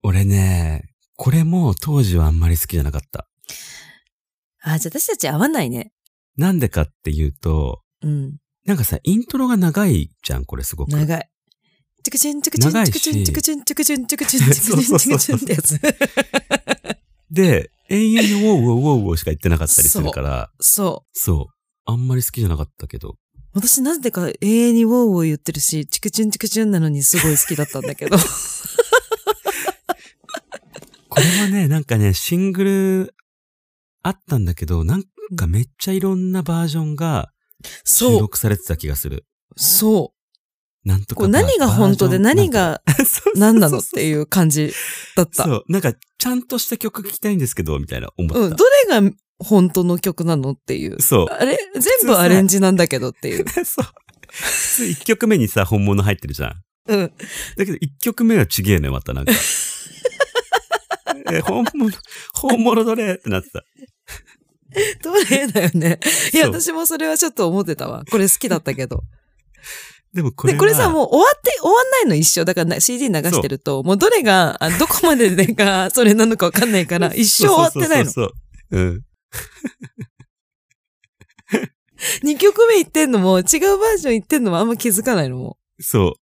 [SPEAKER 1] 俺ね、これも当時はあんまり好きじゃなかった。
[SPEAKER 2] あ、じゃあ私たち合わないね。
[SPEAKER 1] なんでかっていうと、
[SPEAKER 2] うん。
[SPEAKER 1] なんかさ、イントロが長いじゃん、これすごく。
[SPEAKER 2] 長い。チクチュンチクチュンチクチュンチクチュンチクチュンチ
[SPEAKER 1] [LAUGHS]
[SPEAKER 2] クチュンチクチュンチクチュンってやつ。
[SPEAKER 1] で、永遠にウォーウォーウォーウォーしか言ってなかったりするから、
[SPEAKER 2] そ
[SPEAKER 1] そう。あんまり好きじゃなかったけど。
[SPEAKER 2] う。私なぜか永遠にウォーウォー言ってるし、チクチュンチクチュンなのにすごい好きだったんだ
[SPEAKER 1] [LAUGHS]
[SPEAKER 2] けど。
[SPEAKER 1] これは
[SPEAKER 2] [LAUGHS]
[SPEAKER 1] ね、なんかね、シングルあったんだけど、なんかめっちゃいろんなバージョンが収
[SPEAKER 2] そう。
[SPEAKER 1] 録されてた気がする。
[SPEAKER 2] そ
[SPEAKER 1] なんとか
[SPEAKER 2] う。こう何が本当で
[SPEAKER 1] [LAUGHS]
[SPEAKER 2] 何が何なのっ
[SPEAKER 1] う。
[SPEAKER 2] ていう感じだった。
[SPEAKER 1] そう。なんか、ちゃんとした曲聴きたいんですけど、みたいな思った。
[SPEAKER 2] うん。どれが本当の曲なのっていう。
[SPEAKER 1] そう。
[SPEAKER 2] あれ全部アレンジなんだけどっ
[SPEAKER 1] [LAUGHS]
[SPEAKER 2] ていう。
[SPEAKER 1] そう。普通1曲目にさ、本物入ってるじゃん。
[SPEAKER 2] うん。
[SPEAKER 1] だけど1曲目はちげえね、またなん
[SPEAKER 2] [LAUGHS]
[SPEAKER 1] か。え、本物、本物どれってなってた。
[SPEAKER 2] どれだよね。いや、
[SPEAKER 1] そう
[SPEAKER 2] 私もそれはちょっと思ってたわ。これ好きだったけど。
[SPEAKER 1] でもこれ
[SPEAKER 2] で、
[SPEAKER 1] は。
[SPEAKER 2] これさ、もう終わって、終わんないの一緒。だからな CD 流してると、もうどれが、あどこまで
[SPEAKER 1] [LAUGHS]
[SPEAKER 2] でが、それなのかわかんないから、一生終わってないの。
[SPEAKER 1] そうそうそうそう。うん。
[SPEAKER 2] 二曲目言ってんのも、違うバージョン言ってんのもあんま気づかないのも。
[SPEAKER 1] そ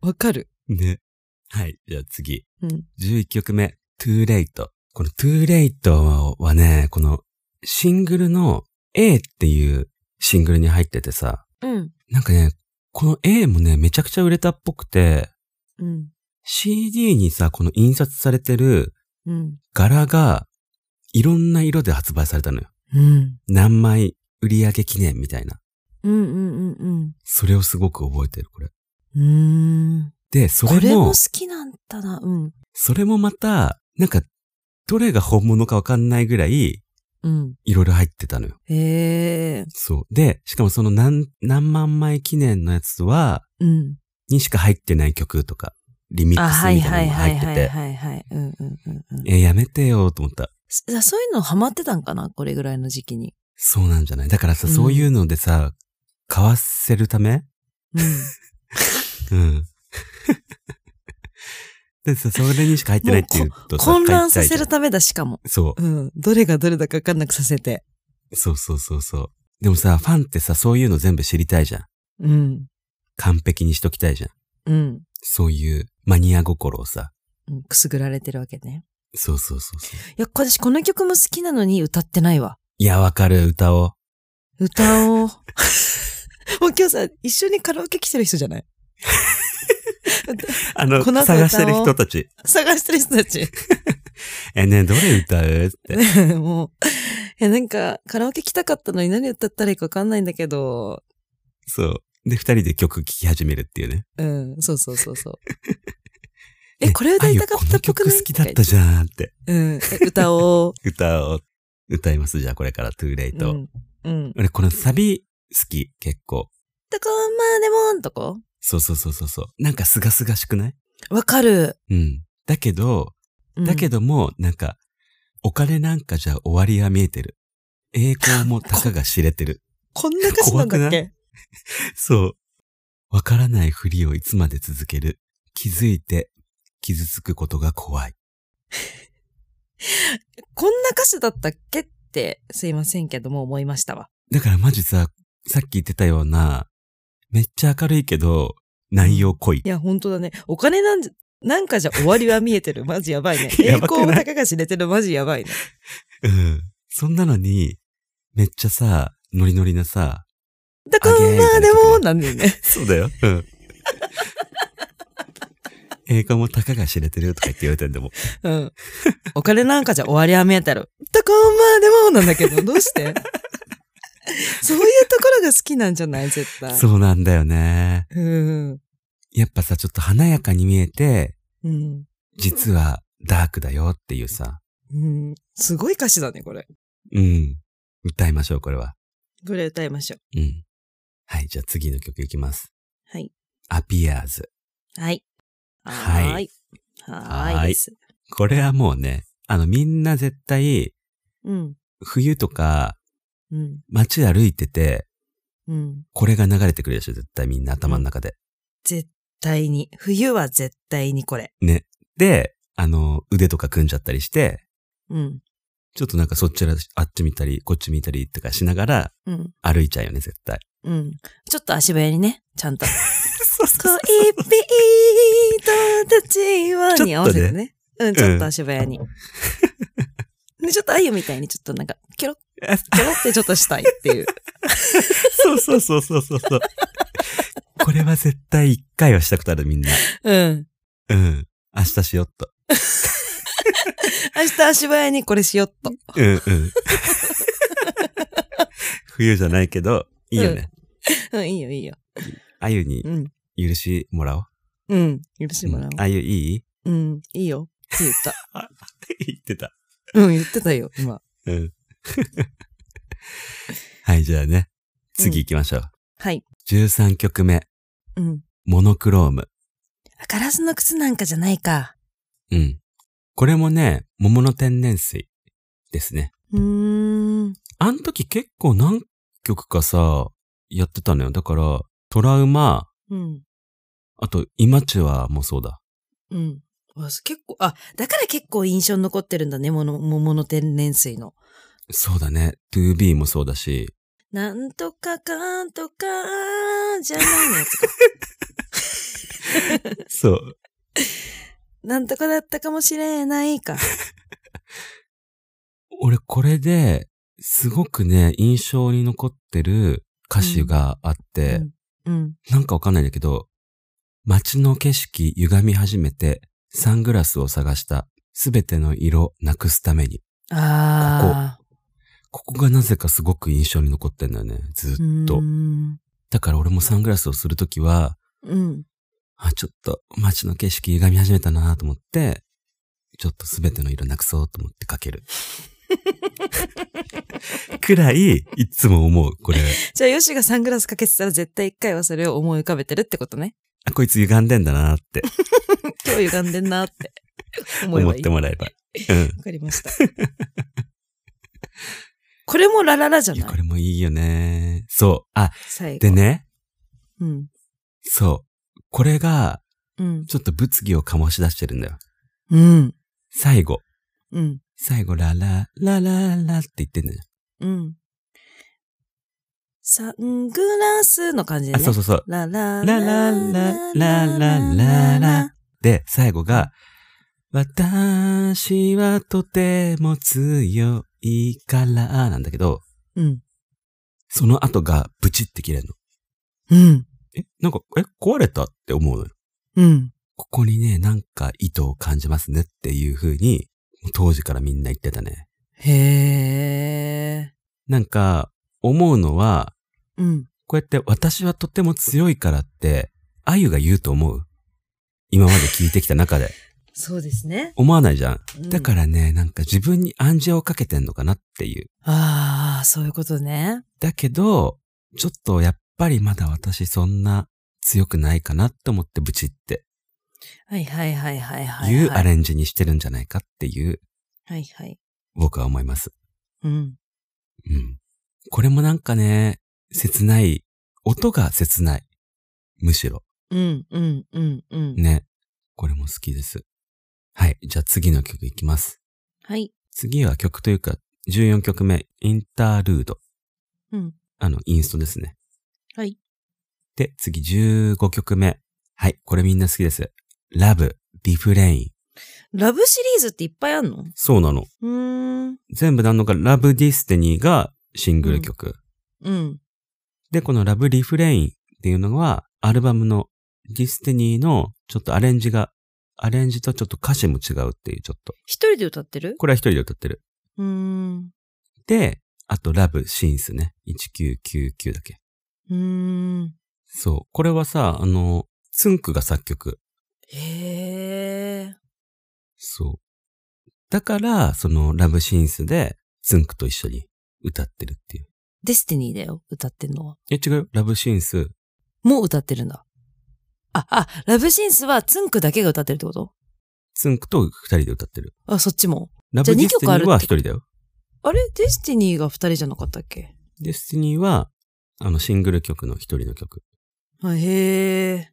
[SPEAKER 2] わかる。
[SPEAKER 1] う。ね。はい。じゃあ次。
[SPEAKER 2] うん。
[SPEAKER 1] 11曲目。Too Late。この Too Late はね、このシングルの A っていうシングルに入っててさ、
[SPEAKER 2] うん。
[SPEAKER 1] なんかね、この A もね、めちゃくちゃ売れたっぽくて、
[SPEAKER 2] うん。
[SPEAKER 1] CD にさ、この印刷されてる
[SPEAKER 2] うん。
[SPEAKER 1] 柄が、いろんな色で発売されたのよ。
[SPEAKER 2] うん。
[SPEAKER 1] 何枚売り上げ記念みたいな。
[SPEAKER 2] うんうんうん
[SPEAKER 1] それをすごく覚えてる、これ。
[SPEAKER 2] うん。うん。
[SPEAKER 1] で、そ
[SPEAKER 2] こ
[SPEAKER 1] れ
[SPEAKER 2] れ
[SPEAKER 1] も
[SPEAKER 2] も好、きなんだな。うん。
[SPEAKER 1] それもまた、なんか、どれが本物かわかんないぐらい、
[SPEAKER 2] うん。
[SPEAKER 1] いろいろ入ってたのよ。
[SPEAKER 2] へえ。
[SPEAKER 1] そう。で、しかもその何、何万枚記念のやつは、
[SPEAKER 2] うん。
[SPEAKER 1] にしか入ってない曲とか、リミッ
[SPEAKER 2] あ、
[SPEAKER 1] クス
[SPEAKER 2] はい
[SPEAKER 1] みた
[SPEAKER 2] はい
[SPEAKER 1] ないのが
[SPEAKER 2] はい
[SPEAKER 1] 入って
[SPEAKER 2] はい
[SPEAKER 1] て、
[SPEAKER 2] はいはい。うんうんうんうん。
[SPEAKER 1] え、やめてよと思った。
[SPEAKER 2] すだからそういうのハマってたんかなこれぐらいの時期に。
[SPEAKER 1] そうなんじゃないだからさ、
[SPEAKER 2] うん
[SPEAKER 1] そういうのでさ、買わせるため
[SPEAKER 2] うん。
[SPEAKER 1] うん。 [LAUGHS] でさ、それにしか入ってないっていうとさ
[SPEAKER 2] 混乱さ
[SPEAKER 1] 買いた
[SPEAKER 2] せ
[SPEAKER 1] いじゃ
[SPEAKER 2] る
[SPEAKER 1] ん
[SPEAKER 2] ためだ、しかも。
[SPEAKER 1] そ
[SPEAKER 2] うん。どれがどれだか分かんなくさせて。
[SPEAKER 1] う。そうそうそうそう。でもさ、ファンってさ、そういうの全部知りたいじゃん。
[SPEAKER 2] うん。
[SPEAKER 1] 完璧にしときたいじゃん。
[SPEAKER 2] うん。
[SPEAKER 1] そういうマニア心をさ。
[SPEAKER 2] うんくすぐられてるわけね。
[SPEAKER 1] そうそうそうそう。
[SPEAKER 2] いや、こ私この曲も好きなのに歌ってないわ。
[SPEAKER 1] いや、わかる、歌おう。
[SPEAKER 2] 歌
[SPEAKER 1] [LAUGHS]
[SPEAKER 2] おう。もう今日さ、一緒にカラオケ来てる人じゃない
[SPEAKER 1] あの、
[SPEAKER 2] この後
[SPEAKER 1] 探してる
[SPEAKER 2] 歌お
[SPEAKER 1] 人
[SPEAKER 2] う
[SPEAKER 1] たち。
[SPEAKER 2] 探してる人たち。
[SPEAKER 1] え、ねえどれ歌うって。
[SPEAKER 2] [LAUGHS] もう。いや、なんか、カラオケ来たかったのに何歌ったらいいか分かんないんだけど、
[SPEAKER 1] そう。で、二人で曲聴き始めるっていうね。
[SPEAKER 2] うん、そうそうそ
[SPEAKER 1] [LAUGHS]
[SPEAKER 2] うそう。
[SPEAKER 1] ね
[SPEAKER 2] え、これ歌いたか
[SPEAKER 1] あゆ
[SPEAKER 2] っ
[SPEAKER 1] こ
[SPEAKER 2] た
[SPEAKER 1] の
[SPEAKER 2] っぽく
[SPEAKER 1] 曲
[SPEAKER 2] ない
[SPEAKER 1] 好きだったじゃんって。
[SPEAKER 2] うん、え
[SPEAKER 1] [LAUGHS]
[SPEAKER 2] 歌おう。
[SPEAKER 1] 歌おう。歌います、じゃあこれから、トゥーレイ
[SPEAKER 2] う
[SPEAKER 1] ト。
[SPEAKER 2] ん。うん。
[SPEAKER 1] 俺、このサビ、好き、結構。
[SPEAKER 2] どこまでもんとこ
[SPEAKER 1] そうそうそうそうそう。なんか、すがすがしくない
[SPEAKER 2] わかる。
[SPEAKER 1] うん。だけど、だけ
[SPEAKER 2] ど、
[SPEAKER 1] ども、なんか、お金なんかじゃ終わりが見えてる。栄光もたかが知れてる。
[SPEAKER 2] こんな歌詞なんだっ
[SPEAKER 1] 怖
[SPEAKER 2] け
[SPEAKER 1] そう。わからないふりをいつまで続ける。気づいて、傷つくことが怖い。
[SPEAKER 2] こんな歌詞だったっけって、すいませんけども思いましたわ。
[SPEAKER 1] だからマジさ、さっき言ってたような、めっちゃ明るいけど、内容濃い。
[SPEAKER 2] いや、本当だね。お金なんじゃ、なんかじゃ終わりは見えてる。マジやばいね。栄
[SPEAKER 1] [LAUGHS] やばくない
[SPEAKER 2] 光をたかが知れてる。マジやばいね。
[SPEAKER 1] うん。そんなのに、めっちゃさ、ノリノリなさ、
[SPEAKER 2] だから、
[SPEAKER 1] あ
[SPEAKER 2] こ
[SPEAKER 1] げー
[SPEAKER 2] ん
[SPEAKER 1] みた
[SPEAKER 2] ない
[SPEAKER 1] な
[SPEAKER 2] でも、なんだよね。
[SPEAKER 1] そうだよ。うん。英語もたかが知れてるとか言って言われてんでも。
[SPEAKER 2] うん。お金なんかじゃ終わりは見えてる。だから、こんなでも、なんだけ [LAUGHS] ど、どうしてそういうところが好きなんじゃない絶対。
[SPEAKER 1] そうなんだよね。
[SPEAKER 2] うん。
[SPEAKER 1] やっぱさ、ちょっと華やかに見えて、
[SPEAKER 2] うん。
[SPEAKER 1] 実はダークだよっていうさ。
[SPEAKER 2] うん。すごい歌詞だね、これ。
[SPEAKER 1] うん。歌いましょう、これは。
[SPEAKER 2] これ歌いましょ
[SPEAKER 1] うん。はい、じゃあ次の曲いきます。
[SPEAKER 2] う。はい。
[SPEAKER 1] アピアーズ。
[SPEAKER 2] はい。
[SPEAKER 1] はい
[SPEAKER 2] はーい。はー
[SPEAKER 1] はいーい
[SPEAKER 2] です。
[SPEAKER 1] これはもうね、あのみんな絶対、
[SPEAKER 2] うん。
[SPEAKER 1] 冬とか
[SPEAKER 2] うん。
[SPEAKER 1] 街歩いてて、
[SPEAKER 2] うん。
[SPEAKER 1] これが流れてくるでしょ、絶対みんな頭の中で。
[SPEAKER 2] 絶対に。冬は絶対にこれ。
[SPEAKER 1] で、あの、腕とか組んじゃったりして、
[SPEAKER 2] うん。
[SPEAKER 1] ちょっとなんかそっちら、あっち見たり、こっち見たりとかしながら
[SPEAKER 2] うん。
[SPEAKER 1] 歩いちゃうよね、絶対。
[SPEAKER 2] うん。ちょっと足早にね、ちゃ
[SPEAKER 1] [LAUGHS]
[SPEAKER 2] んと。恋人たちは
[SPEAKER 1] ちょっとね
[SPEAKER 2] に合わせてね。うん、
[SPEAKER 1] ん
[SPEAKER 2] ちょっと足
[SPEAKER 1] [LAUGHS]
[SPEAKER 2] 早に。で、ちょっとあゆみたいにちょっとなんか、キョロッ、キョロってちょっとしたいっていう。
[SPEAKER 1] そうそうそうそうそう
[SPEAKER 2] [LAUGHS]
[SPEAKER 1] そう。これは絶対一回はしたくなる、みんな。
[SPEAKER 2] うん。
[SPEAKER 1] うん。明日しよっと。
[SPEAKER 2] 明日足早にこれしよっと。
[SPEAKER 1] うんうん。 [LAUGHS] 冬じゃないけど、いいよね。
[SPEAKER 2] うん、いいよいいよ。
[SPEAKER 1] あゆに
[SPEAKER 2] うん。
[SPEAKER 1] 許しもらおう。
[SPEAKER 2] うん。許してもらおう。
[SPEAKER 1] あゆいい
[SPEAKER 2] うん、いいよ。って言った。
[SPEAKER 1] 言ってた。
[SPEAKER 2] うん、言ってたよ、今。
[SPEAKER 1] うん。 [LAUGHS] はい、じゃあね。次行きましょう。
[SPEAKER 2] はい。
[SPEAKER 1] 13曲目。
[SPEAKER 2] うん。
[SPEAKER 1] モノクローム。
[SPEAKER 2] ガラスの靴なんかじゃないか。
[SPEAKER 1] うん。これもね、桃の天然水ですね。
[SPEAKER 2] うーん。
[SPEAKER 1] あの時結構何曲かさ、やってたのよ。だから、トラウマ、
[SPEAKER 2] うん。
[SPEAKER 1] あと、イマチュアもそうだ。
[SPEAKER 2] うん。わす結構、あ、だから結構印象に残ってるんだね、もの、桃の天然水の。
[SPEAKER 1] そうだね。2B もそうだし。
[SPEAKER 2] なんとかかんとか、じゃないのやつ
[SPEAKER 1] [LAUGHS]
[SPEAKER 2] か。
[SPEAKER 1] そう。
[SPEAKER 2] なんとかだったかもしれないか。
[SPEAKER 1] 俺、これで、すごくね、印象に残ってる歌詞があって、
[SPEAKER 2] うん。
[SPEAKER 1] なんかわかんないんだけど、街の景色歪み始めて、サングラスを探した、すべての色なくすために。
[SPEAKER 2] ああ。
[SPEAKER 1] ここがなぜかすごく印象に残ってんだよね、ずっと
[SPEAKER 2] う。ん。
[SPEAKER 1] だから俺もサングラスをするときは、
[SPEAKER 2] うん。
[SPEAKER 1] あ、ちょっと街の景色歪み始めたなと思って、ちょっとすべての色なくそうと思ってかけ
[SPEAKER 2] [LAUGHS]
[SPEAKER 1] る。くらい、いつも思う、これ。
[SPEAKER 2] じゃあ、ヨシがサングラスかけてたら絶対一回はそれを思い浮かべてるってことね。
[SPEAKER 1] あ、こいつ歪んでんだなって
[SPEAKER 2] 今日歪んでん
[SPEAKER 1] [LAUGHS]
[SPEAKER 2] なって。思え
[SPEAKER 1] 思っ
[SPEAKER 2] ばいい。
[SPEAKER 1] て
[SPEAKER 2] わ
[SPEAKER 1] もらえば。うん。
[SPEAKER 2] かりました。これもラララじゃ
[SPEAKER 1] いや、
[SPEAKER 2] な
[SPEAKER 1] こ
[SPEAKER 2] い
[SPEAKER 1] れもいいよね。そう。あ、
[SPEAKER 2] 最後。
[SPEAKER 1] でね、
[SPEAKER 2] うん。
[SPEAKER 1] そう。これが、
[SPEAKER 2] うん。
[SPEAKER 1] ちょっと物議を醸し出してるんだよ。
[SPEAKER 2] うん。
[SPEAKER 1] 最後。
[SPEAKER 2] うん。
[SPEAKER 1] 最後、ララ、ラララって言ってんだよ。
[SPEAKER 2] うん。サングラスの感じで
[SPEAKER 1] あ、
[SPEAKER 2] ね。
[SPEAKER 1] そうそうそう。
[SPEAKER 2] ララ
[SPEAKER 1] ラララララララ。で、最後が、私はとても強いから、なんだけど、
[SPEAKER 2] うん。
[SPEAKER 1] その後がブチって切れるの。
[SPEAKER 2] うん。
[SPEAKER 1] え、なんか、え、壊れたって思うのよ。
[SPEAKER 2] うん。
[SPEAKER 1] ここにね、なんか意図を感じますねっていう風に、当時からみんな言ってたね。
[SPEAKER 2] へー。
[SPEAKER 1] なんか、思うのは、
[SPEAKER 2] うん。
[SPEAKER 1] こうやって私はとても強いからって、あゆが言うと思う今まで聞いてきた中
[SPEAKER 2] [LAUGHS]
[SPEAKER 1] で。
[SPEAKER 2] そうですね。。
[SPEAKER 1] 思わないじゃん。だかららね、なんか自分に暗示をかけてんのかなっていう。
[SPEAKER 2] ああ、そういうことね。
[SPEAKER 1] だけど、ちょっとやっぱりまだ私そんな強くないかなって思ってブチって
[SPEAKER 2] はいはいはいはいはい。
[SPEAKER 1] いうアレンジにしてるんじゃないかっていう
[SPEAKER 2] はいはい。
[SPEAKER 1] 僕は思います。
[SPEAKER 2] うん。
[SPEAKER 1] うん。これもなんかね、切ない。音が切ない。むしろ。
[SPEAKER 2] うんうんうんうん。
[SPEAKER 1] ね。これも好きです。はい。じゃあ次の曲いきます。
[SPEAKER 2] はい。
[SPEAKER 1] 次は曲というか、14曲目、インタールード。
[SPEAKER 2] うん。
[SPEAKER 1] あの、インストですね。
[SPEAKER 2] はい。
[SPEAKER 1] で、次15曲目。はい、これみんな好きです。ラブ、リフレイン。
[SPEAKER 2] ラブシリーズっていっぱいあんの
[SPEAKER 1] そうなの。
[SPEAKER 2] うーん。
[SPEAKER 1] 全部なのがラブディスティニーがシングル曲。
[SPEAKER 2] うん。
[SPEAKER 1] で、このラブリフレインっていうのは、アルバムのディスティニーのちょっとアレンジが、アレンジとちょっと歌詞も違うっていうちょっと。
[SPEAKER 2] 一人で歌ってる
[SPEAKER 1] これは一人で歌ってる。
[SPEAKER 2] うーん。
[SPEAKER 1] で、あとラブシンスね。1999だっけ。
[SPEAKER 2] うーん。
[SPEAKER 1] そう。これはさ、あの、ツンクが作曲。
[SPEAKER 2] へえ。
[SPEAKER 1] そう。だから、そのラブシンスでツンクと一緒に歌ってるっていう。
[SPEAKER 2] デスティニーだよ、歌ってんのは。
[SPEAKER 1] え、違うよラブシンス。
[SPEAKER 2] もう歌ってるんだ。あ、あ、ラブシンスはツンクだけが歌ってるってこと
[SPEAKER 1] ツンクと二人で歌ってる。
[SPEAKER 2] あ、そっちも。
[SPEAKER 1] ラ
[SPEAKER 2] じゃ
[SPEAKER 1] ブ
[SPEAKER 2] あ
[SPEAKER 1] ディ
[SPEAKER 2] 二
[SPEAKER 1] ステ
[SPEAKER 2] 曲
[SPEAKER 1] ィ
[SPEAKER 2] あ
[SPEAKER 1] ニ
[SPEAKER 2] るって
[SPEAKER 1] ーは一人だよ。
[SPEAKER 2] あれデスティニーが二人じゃなかったっけ
[SPEAKER 1] デスティニーは、あの、シングル曲の一人の曲。
[SPEAKER 2] あへえ。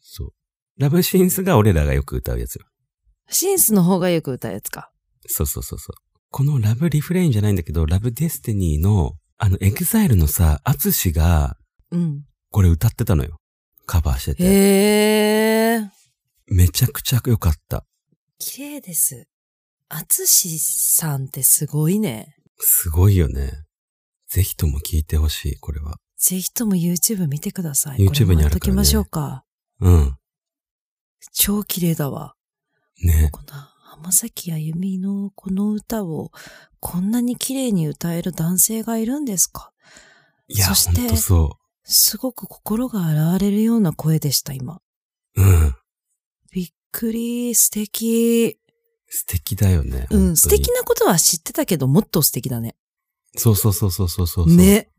[SPEAKER 1] そう。ラブシンスが俺らがよく歌うやつよ。
[SPEAKER 2] シンスの方がよく歌うやつか。
[SPEAKER 1] そうそうそうそう。このラブリフレインじゃないんだけど、ラブデスティニーの、あの、エグザイルのさ、アツシが、
[SPEAKER 2] うん。
[SPEAKER 1] これ歌ってたのよ。カバーしてて。
[SPEAKER 2] へえ。
[SPEAKER 1] めちゃくちゃ良かった。
[SPEAKER 2] 綺麗です。あつしさんってすごいね。
[SPEAKER 1] すごいよね。ぜひとも聴いてほしい、これは。
[SPEAKER 2] ぜひとも YouTube 見てください。
[SPEAKER 1] YouTube にあるからね
[SPEAKER 2] これも貼っときましょうか。
[SPEAKER 1] うん。
[SPEAKER 2] 超綺麗だわ。
[SPEAKER 1] ね。
[SPEAKER 2] この浜崎あゆみのこの歌をこんなに綺麗に歌える男性がいるんですか
[SPEAKER 1] いや、
[SPEAKER 2] そし
[SPEAKER 1] ほ
[SPEAKER 2] て
[SPEAKER 1] んとそ
[SPEAKER 2] すごく心が洗われるような声でした、今。
[SPEAKER 1] う。うん。
[SPEAKER 2] びっくり、素敵。
[SPEAKER 1] 素敵だよね。
[SPEAKER 2] うん、素
[SPEAKER 1] 本当に
[SPEAKER 2] 敵。なことは知ってたけど、もっと素敵だね。
[SPEAKER 1] そうそうそうそうそうそう。。
[SPEAKER 2] ね。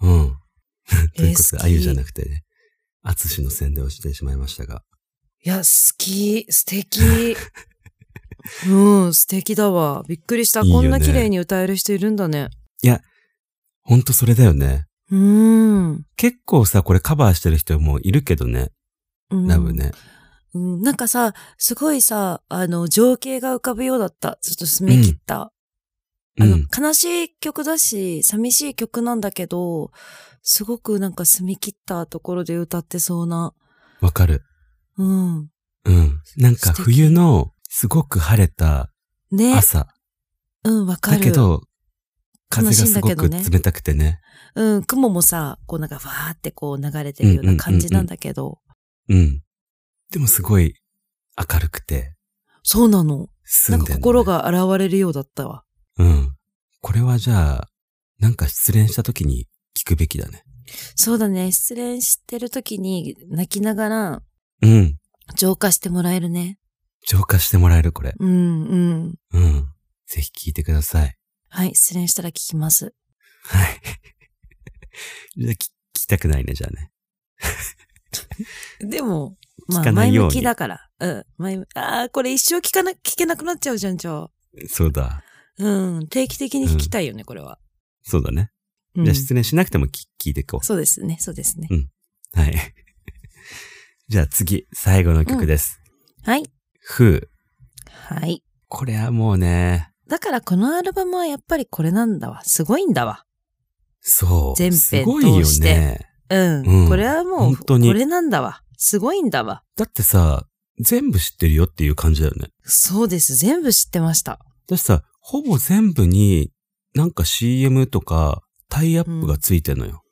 [SPEAKER 1] うん。という
[SPEAKER 2] え
[SPEAKER 1] こと
[SPEAKER 2] 好
[SPEAKER 1] で、
[SPEAKER 2] き
[SPEAKER 1] あゆじゃなくてね、あつしの宣伝をしてしまいましたが。
[SPEAKER 2] いや、好き、
[SPEAKER 1] [LAUGHS]
[SPEAKER 2] 素敵。うん、素敵だわ。びっくりした。
[SPEAKER 1] いいよね
[SPEAKER 2] こんな綺麗に歌える人いるんだね。
[SPEAKER 1] ほんとそれだよね。
[SPEAKER 2] うーん。
[SPEAKER 1] 結構さ、これカバーしてる人もいるけどね。
[SPEAKER 2] うん
[SPEAKER 1] ラブね。
[SPEAKER 2] うん、なんかさ、すごいさ、あの、情景が浮かぶようだった。ちょっと澄み切った。
[SPEAKER 1] う
[SPEAKER 2] あの
[SPEAKER 1] ん。、
[SPEAKER 2] 悲しい曲だし、寂しい曲なんだけど、すごくなんか澄み切ったところで歌ってそうな。
[SPEAKER 1] わかる。
[SPEAKER 2] うん。
[SPEAKER 1] うん。なんか
[SPEAKER 2] 素敵
[SPEAKER 1] 冬のすごく晴れた
[SPEAKER 2] ね。
[SPEAKER 1] 朝。
[SPEAKER 2] うん、わか
[SPEAKER 1] だ
[SPEAKER 2] る。
[SPEAKER 1] けど、風
[SPEAKER 2] 悲
[SPEAKER 1] が
[SPEAKER 2] しいん
[SPEAKER 1] す
[SPEAKER 2] だ
[SPEAKER 1] ご
[SPEAKER 2] けど
[SPEAKER 1] く
[SPEAKER 2] ね
[SPEAKER 1] 冷たくてね。
[SPEAKER 2] うん、雲もさ、こうなんかわーってこう流れてるような感じなんだけど。
[SPEAKER 1] うん。でもすごい明るくて、
[SPEAKER 2] そうなの。な
[SPEAKER 1] 澄ん
[SPEAKER 2] ん
[SPEAKER 1] で
[SPEAKER 2] か
[SPEAKER 1] る、
[SPEAKER 2] 心。が現れるようだったわ。
[SPEAKER 1] うん。これはじゃあ、なんか失恋した時に聞くべきだね。
[SPEAKER 2] そうだね。失恋してる時に泣きながら
[SPEAKER 1] うん。
[SPEAKER 2] 浄化してもらえるね。
[SPEAKER 1] 浄化してもらえる、これ。
[SPEAKER 2] うん、うん。
[SPEAKER 1] うん。ぜひ聞いてください。
[SPEAKER 2] はい。失恋したら聞きます。
[SPEAKER 1] はい。 [LAUGHS] じゃあ、聞聞きたくないね、じゃあね。
[SPEAKER 2] でも、
[SPEAKER 1] 聞
[SPEAKER 2] ま
[SPEAKER 1] か
[SPEAKER 2] あ、
[SPEAKER 1] ない
[SPEAKER 2] 前
[SPEAKER 1] ように
[SPEAKER 2] 向きだから。うん。前向ああ、これ一生聞かな、聞けなくなっちゃうじゃん、じゃあ。
[SPEAKER 1] そうだ。
[SPEAKER 2] うん。定期的に聞きたいよね、これは。
[SPEAKER 1] そうだね。
[SPEAKER 2] う
[SPEAKER 1] じ
[SPEAKER 2] ん
[SPEAKER 1] ゃあ、失恋しなくても聞聞いていこ
[SPEAKER 2] そうですね、そうですね。
[SPEAKER 1] う。はい。 [LAUGHS] じゃあ、次、最後の曲です。
[SPEAKER 2] はい。
[SPEAKER 1] ふう。
[SPEAKER 2] はい。
[SPEAKER 1] これはもうね、
[SPEAKER 2] だから、このアルバムはやっぱりこれなんだわ。すごいんだわ。
[SPEAKER 1] そう。
[SPEAKER 2] 全編
[SPEAKER 1] すごいよ
[SPEAKER 2] 通して
[SPEAKER 1] ね。
[SPEAKER 2] うん。
[SPEAKER 1] うん
[SPEAKER 2] これはもう、
[SPEAKER 1] 本当に
[SPEAKER 2] これなんだわ。すごいんだわ。
[SPEAKER 1] だってさ、全部知ってるよっていう感じだよね。
[SPEAKER 2] そうです。全部知ってました。
[SPEAKER 1] だってさ、ほぼ全部になんか CM とかタイアップがついてんのよ。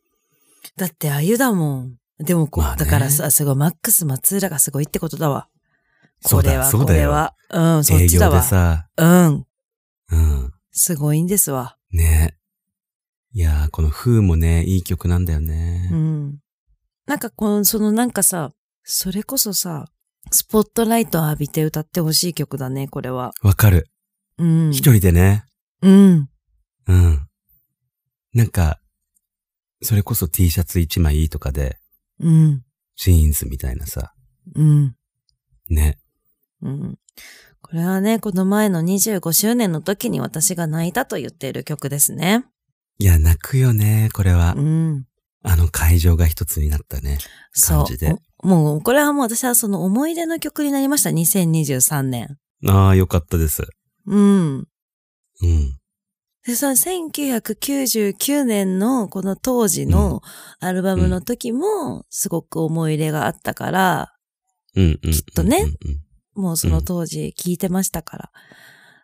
[SPEAKER 2] だって、あゆだもん。でもこう、
[SPEAKER 1] まあね
[SPEAKER 2] だからさ、すごい、マックス松浦がすごいってことだわ。
[SPEAKER 1] そ
[SPEAKER 2] こ
[SPEAKER 1] うだ
[SPEAKER 2] れは、
[SPEAKER 1] そう
[SPEAKER 2] こ
[SPEAKER 1] だ
[SPEAKER 2] れ
[SPEAKER 1] よ
[SPEAKER 2] は。うん、そっ
[SPEAKER 1] 営
[SPEAKER 2] ち
[SPEAKER 1] 業
[SPEAKER 2] だ
[SPEAKER 1] で
[SPEAKER 2] わ。
[SPEAKER 1] さ、
[SPEAKER 2] うん。
[SPEAKER 1] うん。
[SPEAKER 2] すごいんですわ。
[SPEAKER 1] ねいやー、この風もね、いい曲なんだよね。
[SPEAKER 2] うん。なんかこの、そのなんかさ、それこそさ、スポットライト浴びて歌ってほしい曲だね、これは。
[SPEAKER 1] わかる。
[SPEAKER 2] うん。
[SPEAKER 1] 一人でね。
[SPEAKER 2] うん。
[SPEAKER 1] うん。なんか、それこそ T シャツ一枚とかで、
[SPEAKER 2] うん。
[SPEAKER 1] ジーンズみたいなさ。
[SPEAKER 2] うん。
[SPEAKER 1] ね。
[SPEAKER 2] うん。これはね、この前の25周年の時に私が泣いたと言っている曲ですね。
[SPEAKER 1] いや、泣くよね、これは
[SPEAKER 2] う。ん。
[SPEAKER 1] あの会場が一つになったね。
[SPEAKER 2] そ
[SPEAKER 1] 感
[SPEAKER 2] う
[SPEAKER 1] じで。
[SPEAKER 2] おもう、これはもう私はその思い出の曲になりました、2023年。
[SPEAKER 1] ああ、よかったです。
[SPEAKER 2] うん。
[SPEAKER 1] うん。
[SPEAKER 2] で、その1999年のこの当時のアルバムの時もすごく思い入れがあったから、
[SPEAKER 1] うんうんうんうん。
[SPEAKER 2] きっとね
[SPEAKER 1] うんうん。
[SPEAKER 2] もうその当時聞いてましたから。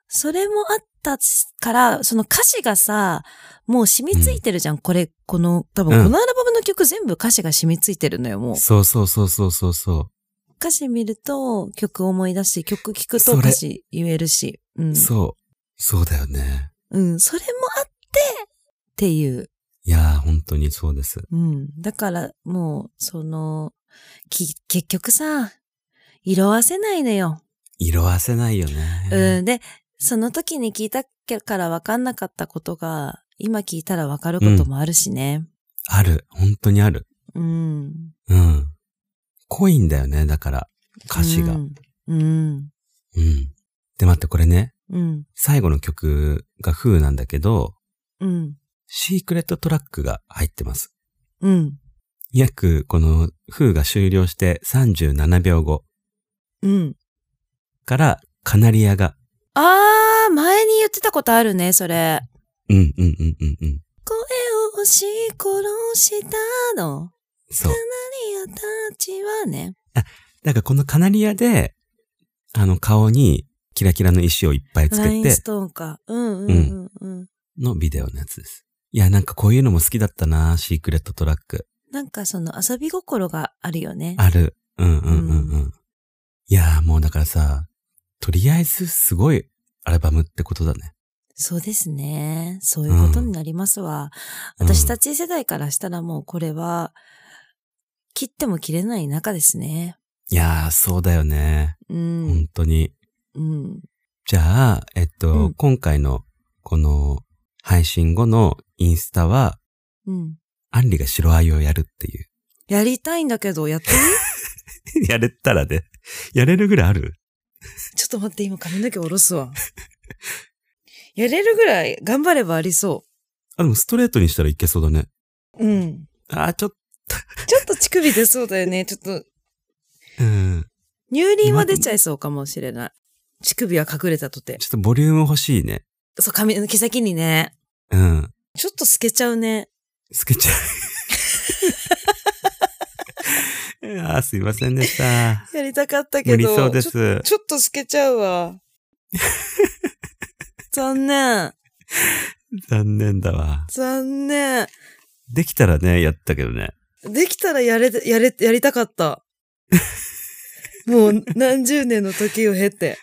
[SPEAKER 2] それもあったから、その歌詞がさ、もう染みついてるじゃん。これ、この、多分
[SPEAKER 1] うん
[SPEAKER 2] このアルバムの曲全部歌詞が染みついてるのよ、もう。
[SPEAKER 1] そうそうそうそうそうそ
[SPEAKER 2] 歌詞見ると曲思い出し、曲聞くと
[SPEAKER 1] それ
[SPEAKER 2] 歌詞言えるし。うん
[SPEAKER 1] う。。そう。そうだよね。
[SPEAKER 2] うん、それもあって、っていう。
[SPEAKER 1] いやー、本当にそうです。
[SPEAKER 2] うん。だから、もう、その、き、結局さ、色褪せないのよ。
[SPEAKER 1] 色褪せないよね。
[SPEAKER 2] うん。で、その時に聞いたから分かんなかったことが、今聞いたら分かることもあるしね。
[SPEAKER 1] ある。本当にある。
[SPEAKER 2] うん。
[SPEAKER 1] うん。濃いんだよね、だから。歌詞が。
[SPEAKER 2] う
[SPEAKER 1] うん。
[SPEAKER 2] ん。うん。
[SPEAKER 1] で、待って、これね。
[SPEAKER 2] うん。
[SPEAKER 1] 最後の曲が風なんだけど、
[SPEAKER 2] うん。
[SPEAKER 1] シークレットトラックが入ってます。
[SPEAKER 2] うん。
[SPEAKER 1] 約、この風が終了して37秒後
[SPEAKER 2] うん。
[SPEAKER 1] から、カナリアが、
[SPEAKER 2] あー、前に言ってたことあるね、それ。
[SPEAKER 1] うん、うん、うん、うん、うん。
[SPEAKER 2] 声を押し殺したの。
[SPEAKER 1] そう。
[SPEAKER 2] リアたちはね。
[SPEAKER 1] だからこのカナリアで、あの顔にキラキラの石をいっぱいつ
[SPEAKER 2] ラ
[SPEAKER 1] け
[SPEAKER 2] イン
[SPEAKER 1] て
[SPEAKER 2] ス、トーンか。うんうんうんうん。
[SPEAKER 1] のビデオのやつです。いや、なんかこういうのも好きだったなシークレットトラック。
[SPEAKER 2] なんかその遊び心があるよね。
[SPEAKER 1] ある。うんうんうんうん。いやーもうだからさ、とりあえずすごいアルバムってことだね。
[SPEAKER 2] そうですね。そういうことになりますわ。
[SPEAKER 1] うん
[SPEAKER 2] 私たち世代からしたらもうこれは、切っても切れない中ですね。
[SPEAKER 1] いやーそうだよね。
[SPEAKER 2] うん
[SPEAKER 1] 本。当に。
[SPEAKER 2] うん。
[SPEAKER 1] じゃあ、えっと、
[SPEAKER 2] うん
[SPEAKER 1] 今回のこの配信後のインスタは、
[SPEAKER 2] うん。
[SPEAKER 1] アンリが白アイをやるっていう。 [LAUGHS]
[SPEAKER 2] やりたいんだけど、やってみ
[SPEAKER 1] やれたらね、やれるぐらいある
[SPEAKER 3] [LAUGHS] ちょっと待って、今髪の毛下ろすわ。やれるぐらい頑張ればありそ
[SPEAKER 1] あ、でもストレートにしたらいけそうだね。
[SPEAKER 3] う。うん。
[SPEAKER 1] あー、ちょっ
[SPEAKER 3] ちょっと乳首出そうだよね。ちょっと、
[SPEAKER 1] と、うん。
[SPEAKER 3] 乳輪は出ちゃいそうかもしれない。乳首は隠れたとて。
[SPEAKER 1] ちょっとボリューム欲しいね。
[SPEAKER 3] そう、髪の毛先にね。
[SPEAKER 1] うん。
[SPEAKER 3] ちょっと透けちゃうね。
[SPEAKER 1] 透 [LAUGHS] けちゃう。いやーすいませんでした。
[SPEAKER 3] やりたかったけど。
[SPEAKER 1] 無理そうで
[SPEAKER 3] ちょ。
[SPEAKER 1] す。
[SPEAKER 3] ちょっと透けちゃう
[SPEAKER 1] [LAUGHS]
[SPEAKER 3] わ。残念。
[SPEAKER 1] 残念だわ。
[SPEAKER 3] 残念。
[SPEAKER 1] できたらね、やったけどね。
[SPEAKER 3] できたらやれ、やれ、やりたかった。も
[SPEAKER 1] [LAUGHS]
[SPEAKER 3] う何十年の時を経て。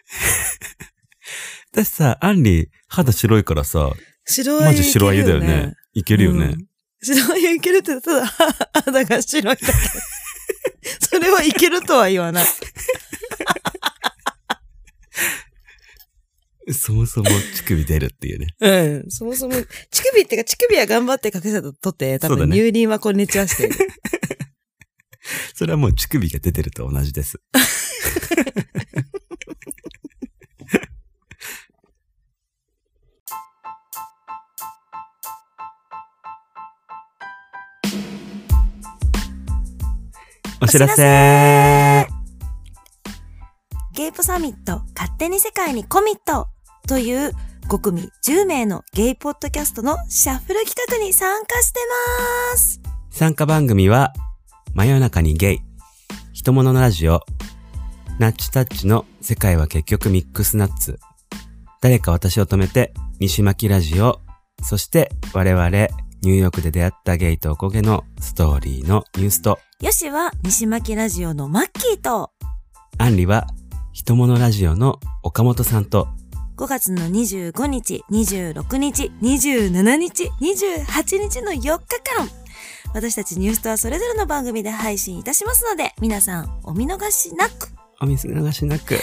[SPEAKER 1] 私さ、アンリ、肌白いからさ、
[SPEAKER 3] 白
[SPEAKER 1] マ
[SPEAKER 3] 鮎
[SPEAKER 1] ジ
[SPEAKER 3] いける
[SPEAKER 1] 白あゆだよね。。いけるよね
[SPEAKER 3] う。ん白鮎いけるって、ただ、 [LAUGHS] 肌が白いだ
[SPEAKER 1] [LAUGHS]
[SPEAKER 3] け。それはいけるとは言わない。
[SPEAKER 1] そもそも乳首出るっていうね。 [LAUGHS]
[SPEAKER 3] うん。そもそも、乳首ってか、乳首は頑張って隠せたとって、多
[SPEAKER 1] そうだ
[SPEAKER 3] 分
[SPEAKER 1] ね
[SPEAKER 3] 乳輪はこんにちはしてる。
[SPEAKER 1] それはもう乳首が出てると同じ [LAUGHS] です。お知らせ
[SPEAKER 2] ゲイポサミット、勝手に世界にコミットという5組10名のゲイポッドキャストのシャッフル企画に参加してます。
[SPEAKER 1] 参加番組は、真夜中にゲイ、人物のラジオ、ナッチタッチの世界は結局ミックスナッツ、誰か私を止めて、西巻ラジオ、そして我々、ニューヨークで出会ったゲイとおこげのストーリーのニュースと、
[SPEAKER 2] よしは西巻ラジオのマッキーと
[SPEAKER 1] アンリは、人物ラジオの岡本さんと、
[SPEAKER 2] 5月の25日、26日、27日、28日の4日間私たちニュースとはそれぞれの番組で配信いたしますので皆さんお見逃しなく
[SPEAKER 1] お見逃しなく。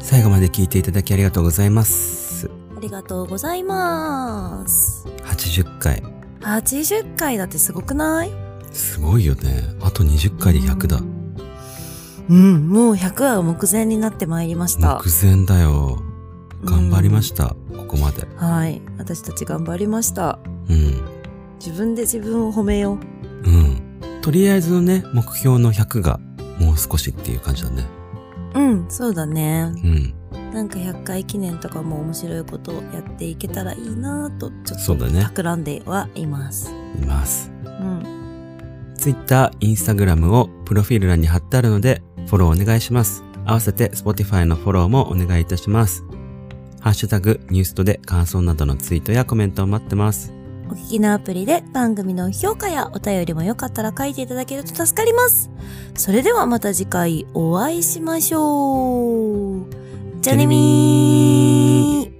[SPEAKER 1] 最後まで聞いていただきありがとうございます。
[SPEAKER 2] ありがとうございます。
[SPEAKER 1] 80回。
[SPEAKER 2] 80回だってすごくない
[SPEAKER 1] すごいよね。あと20回で100だ。
[SPEAKER 2] うん、もう100話目前になってまいりました。
[SPEAKER 1] 目前だよ。頑張りました。ここまで。
[SPEAKER 2] た。はい。私たち頑張りました。
[SPEAKER 1] うん。
[SPEAKER 2] 自分で自分を褒めよう。
[SPEAKER 1] うん。とりあえずのね、目標の100がもう少しっていう感じだね。
[SPEAKER 2] うん、そうだね。
[SPEAKER 1] うん。
[SPEAKER 2] なんか100回記念とかも面白いことをやっていけたらいいなぁと、ち
[SPEAKER 1] そ
[SPEAKER 2] ょ
[SPEAKER 1] う
[SPEAKER 2] っ
[SPEAKER 1] だ
[SPEAKER 2] と
[SPEAKER 1] ね
[SPEAKER 2] 企んではいます。
[SPEAKER 1] います。
[SPEAKER 2] うん。
[SPEAKER 1] Twitter、Instagram をプロフィール欄に貼ってあるので、フォローお願いします。合わせて Spotify のフォローもお願いいたします。ハッシュタグ、ニュースとで感想などのツイートやコメントを待ってます。
[SPEAKER 2] お聞きのアプリで番組の評価やお便りもよかったら書いていただけると助かります。それではまた次回お会いしましょう。じゃあねみー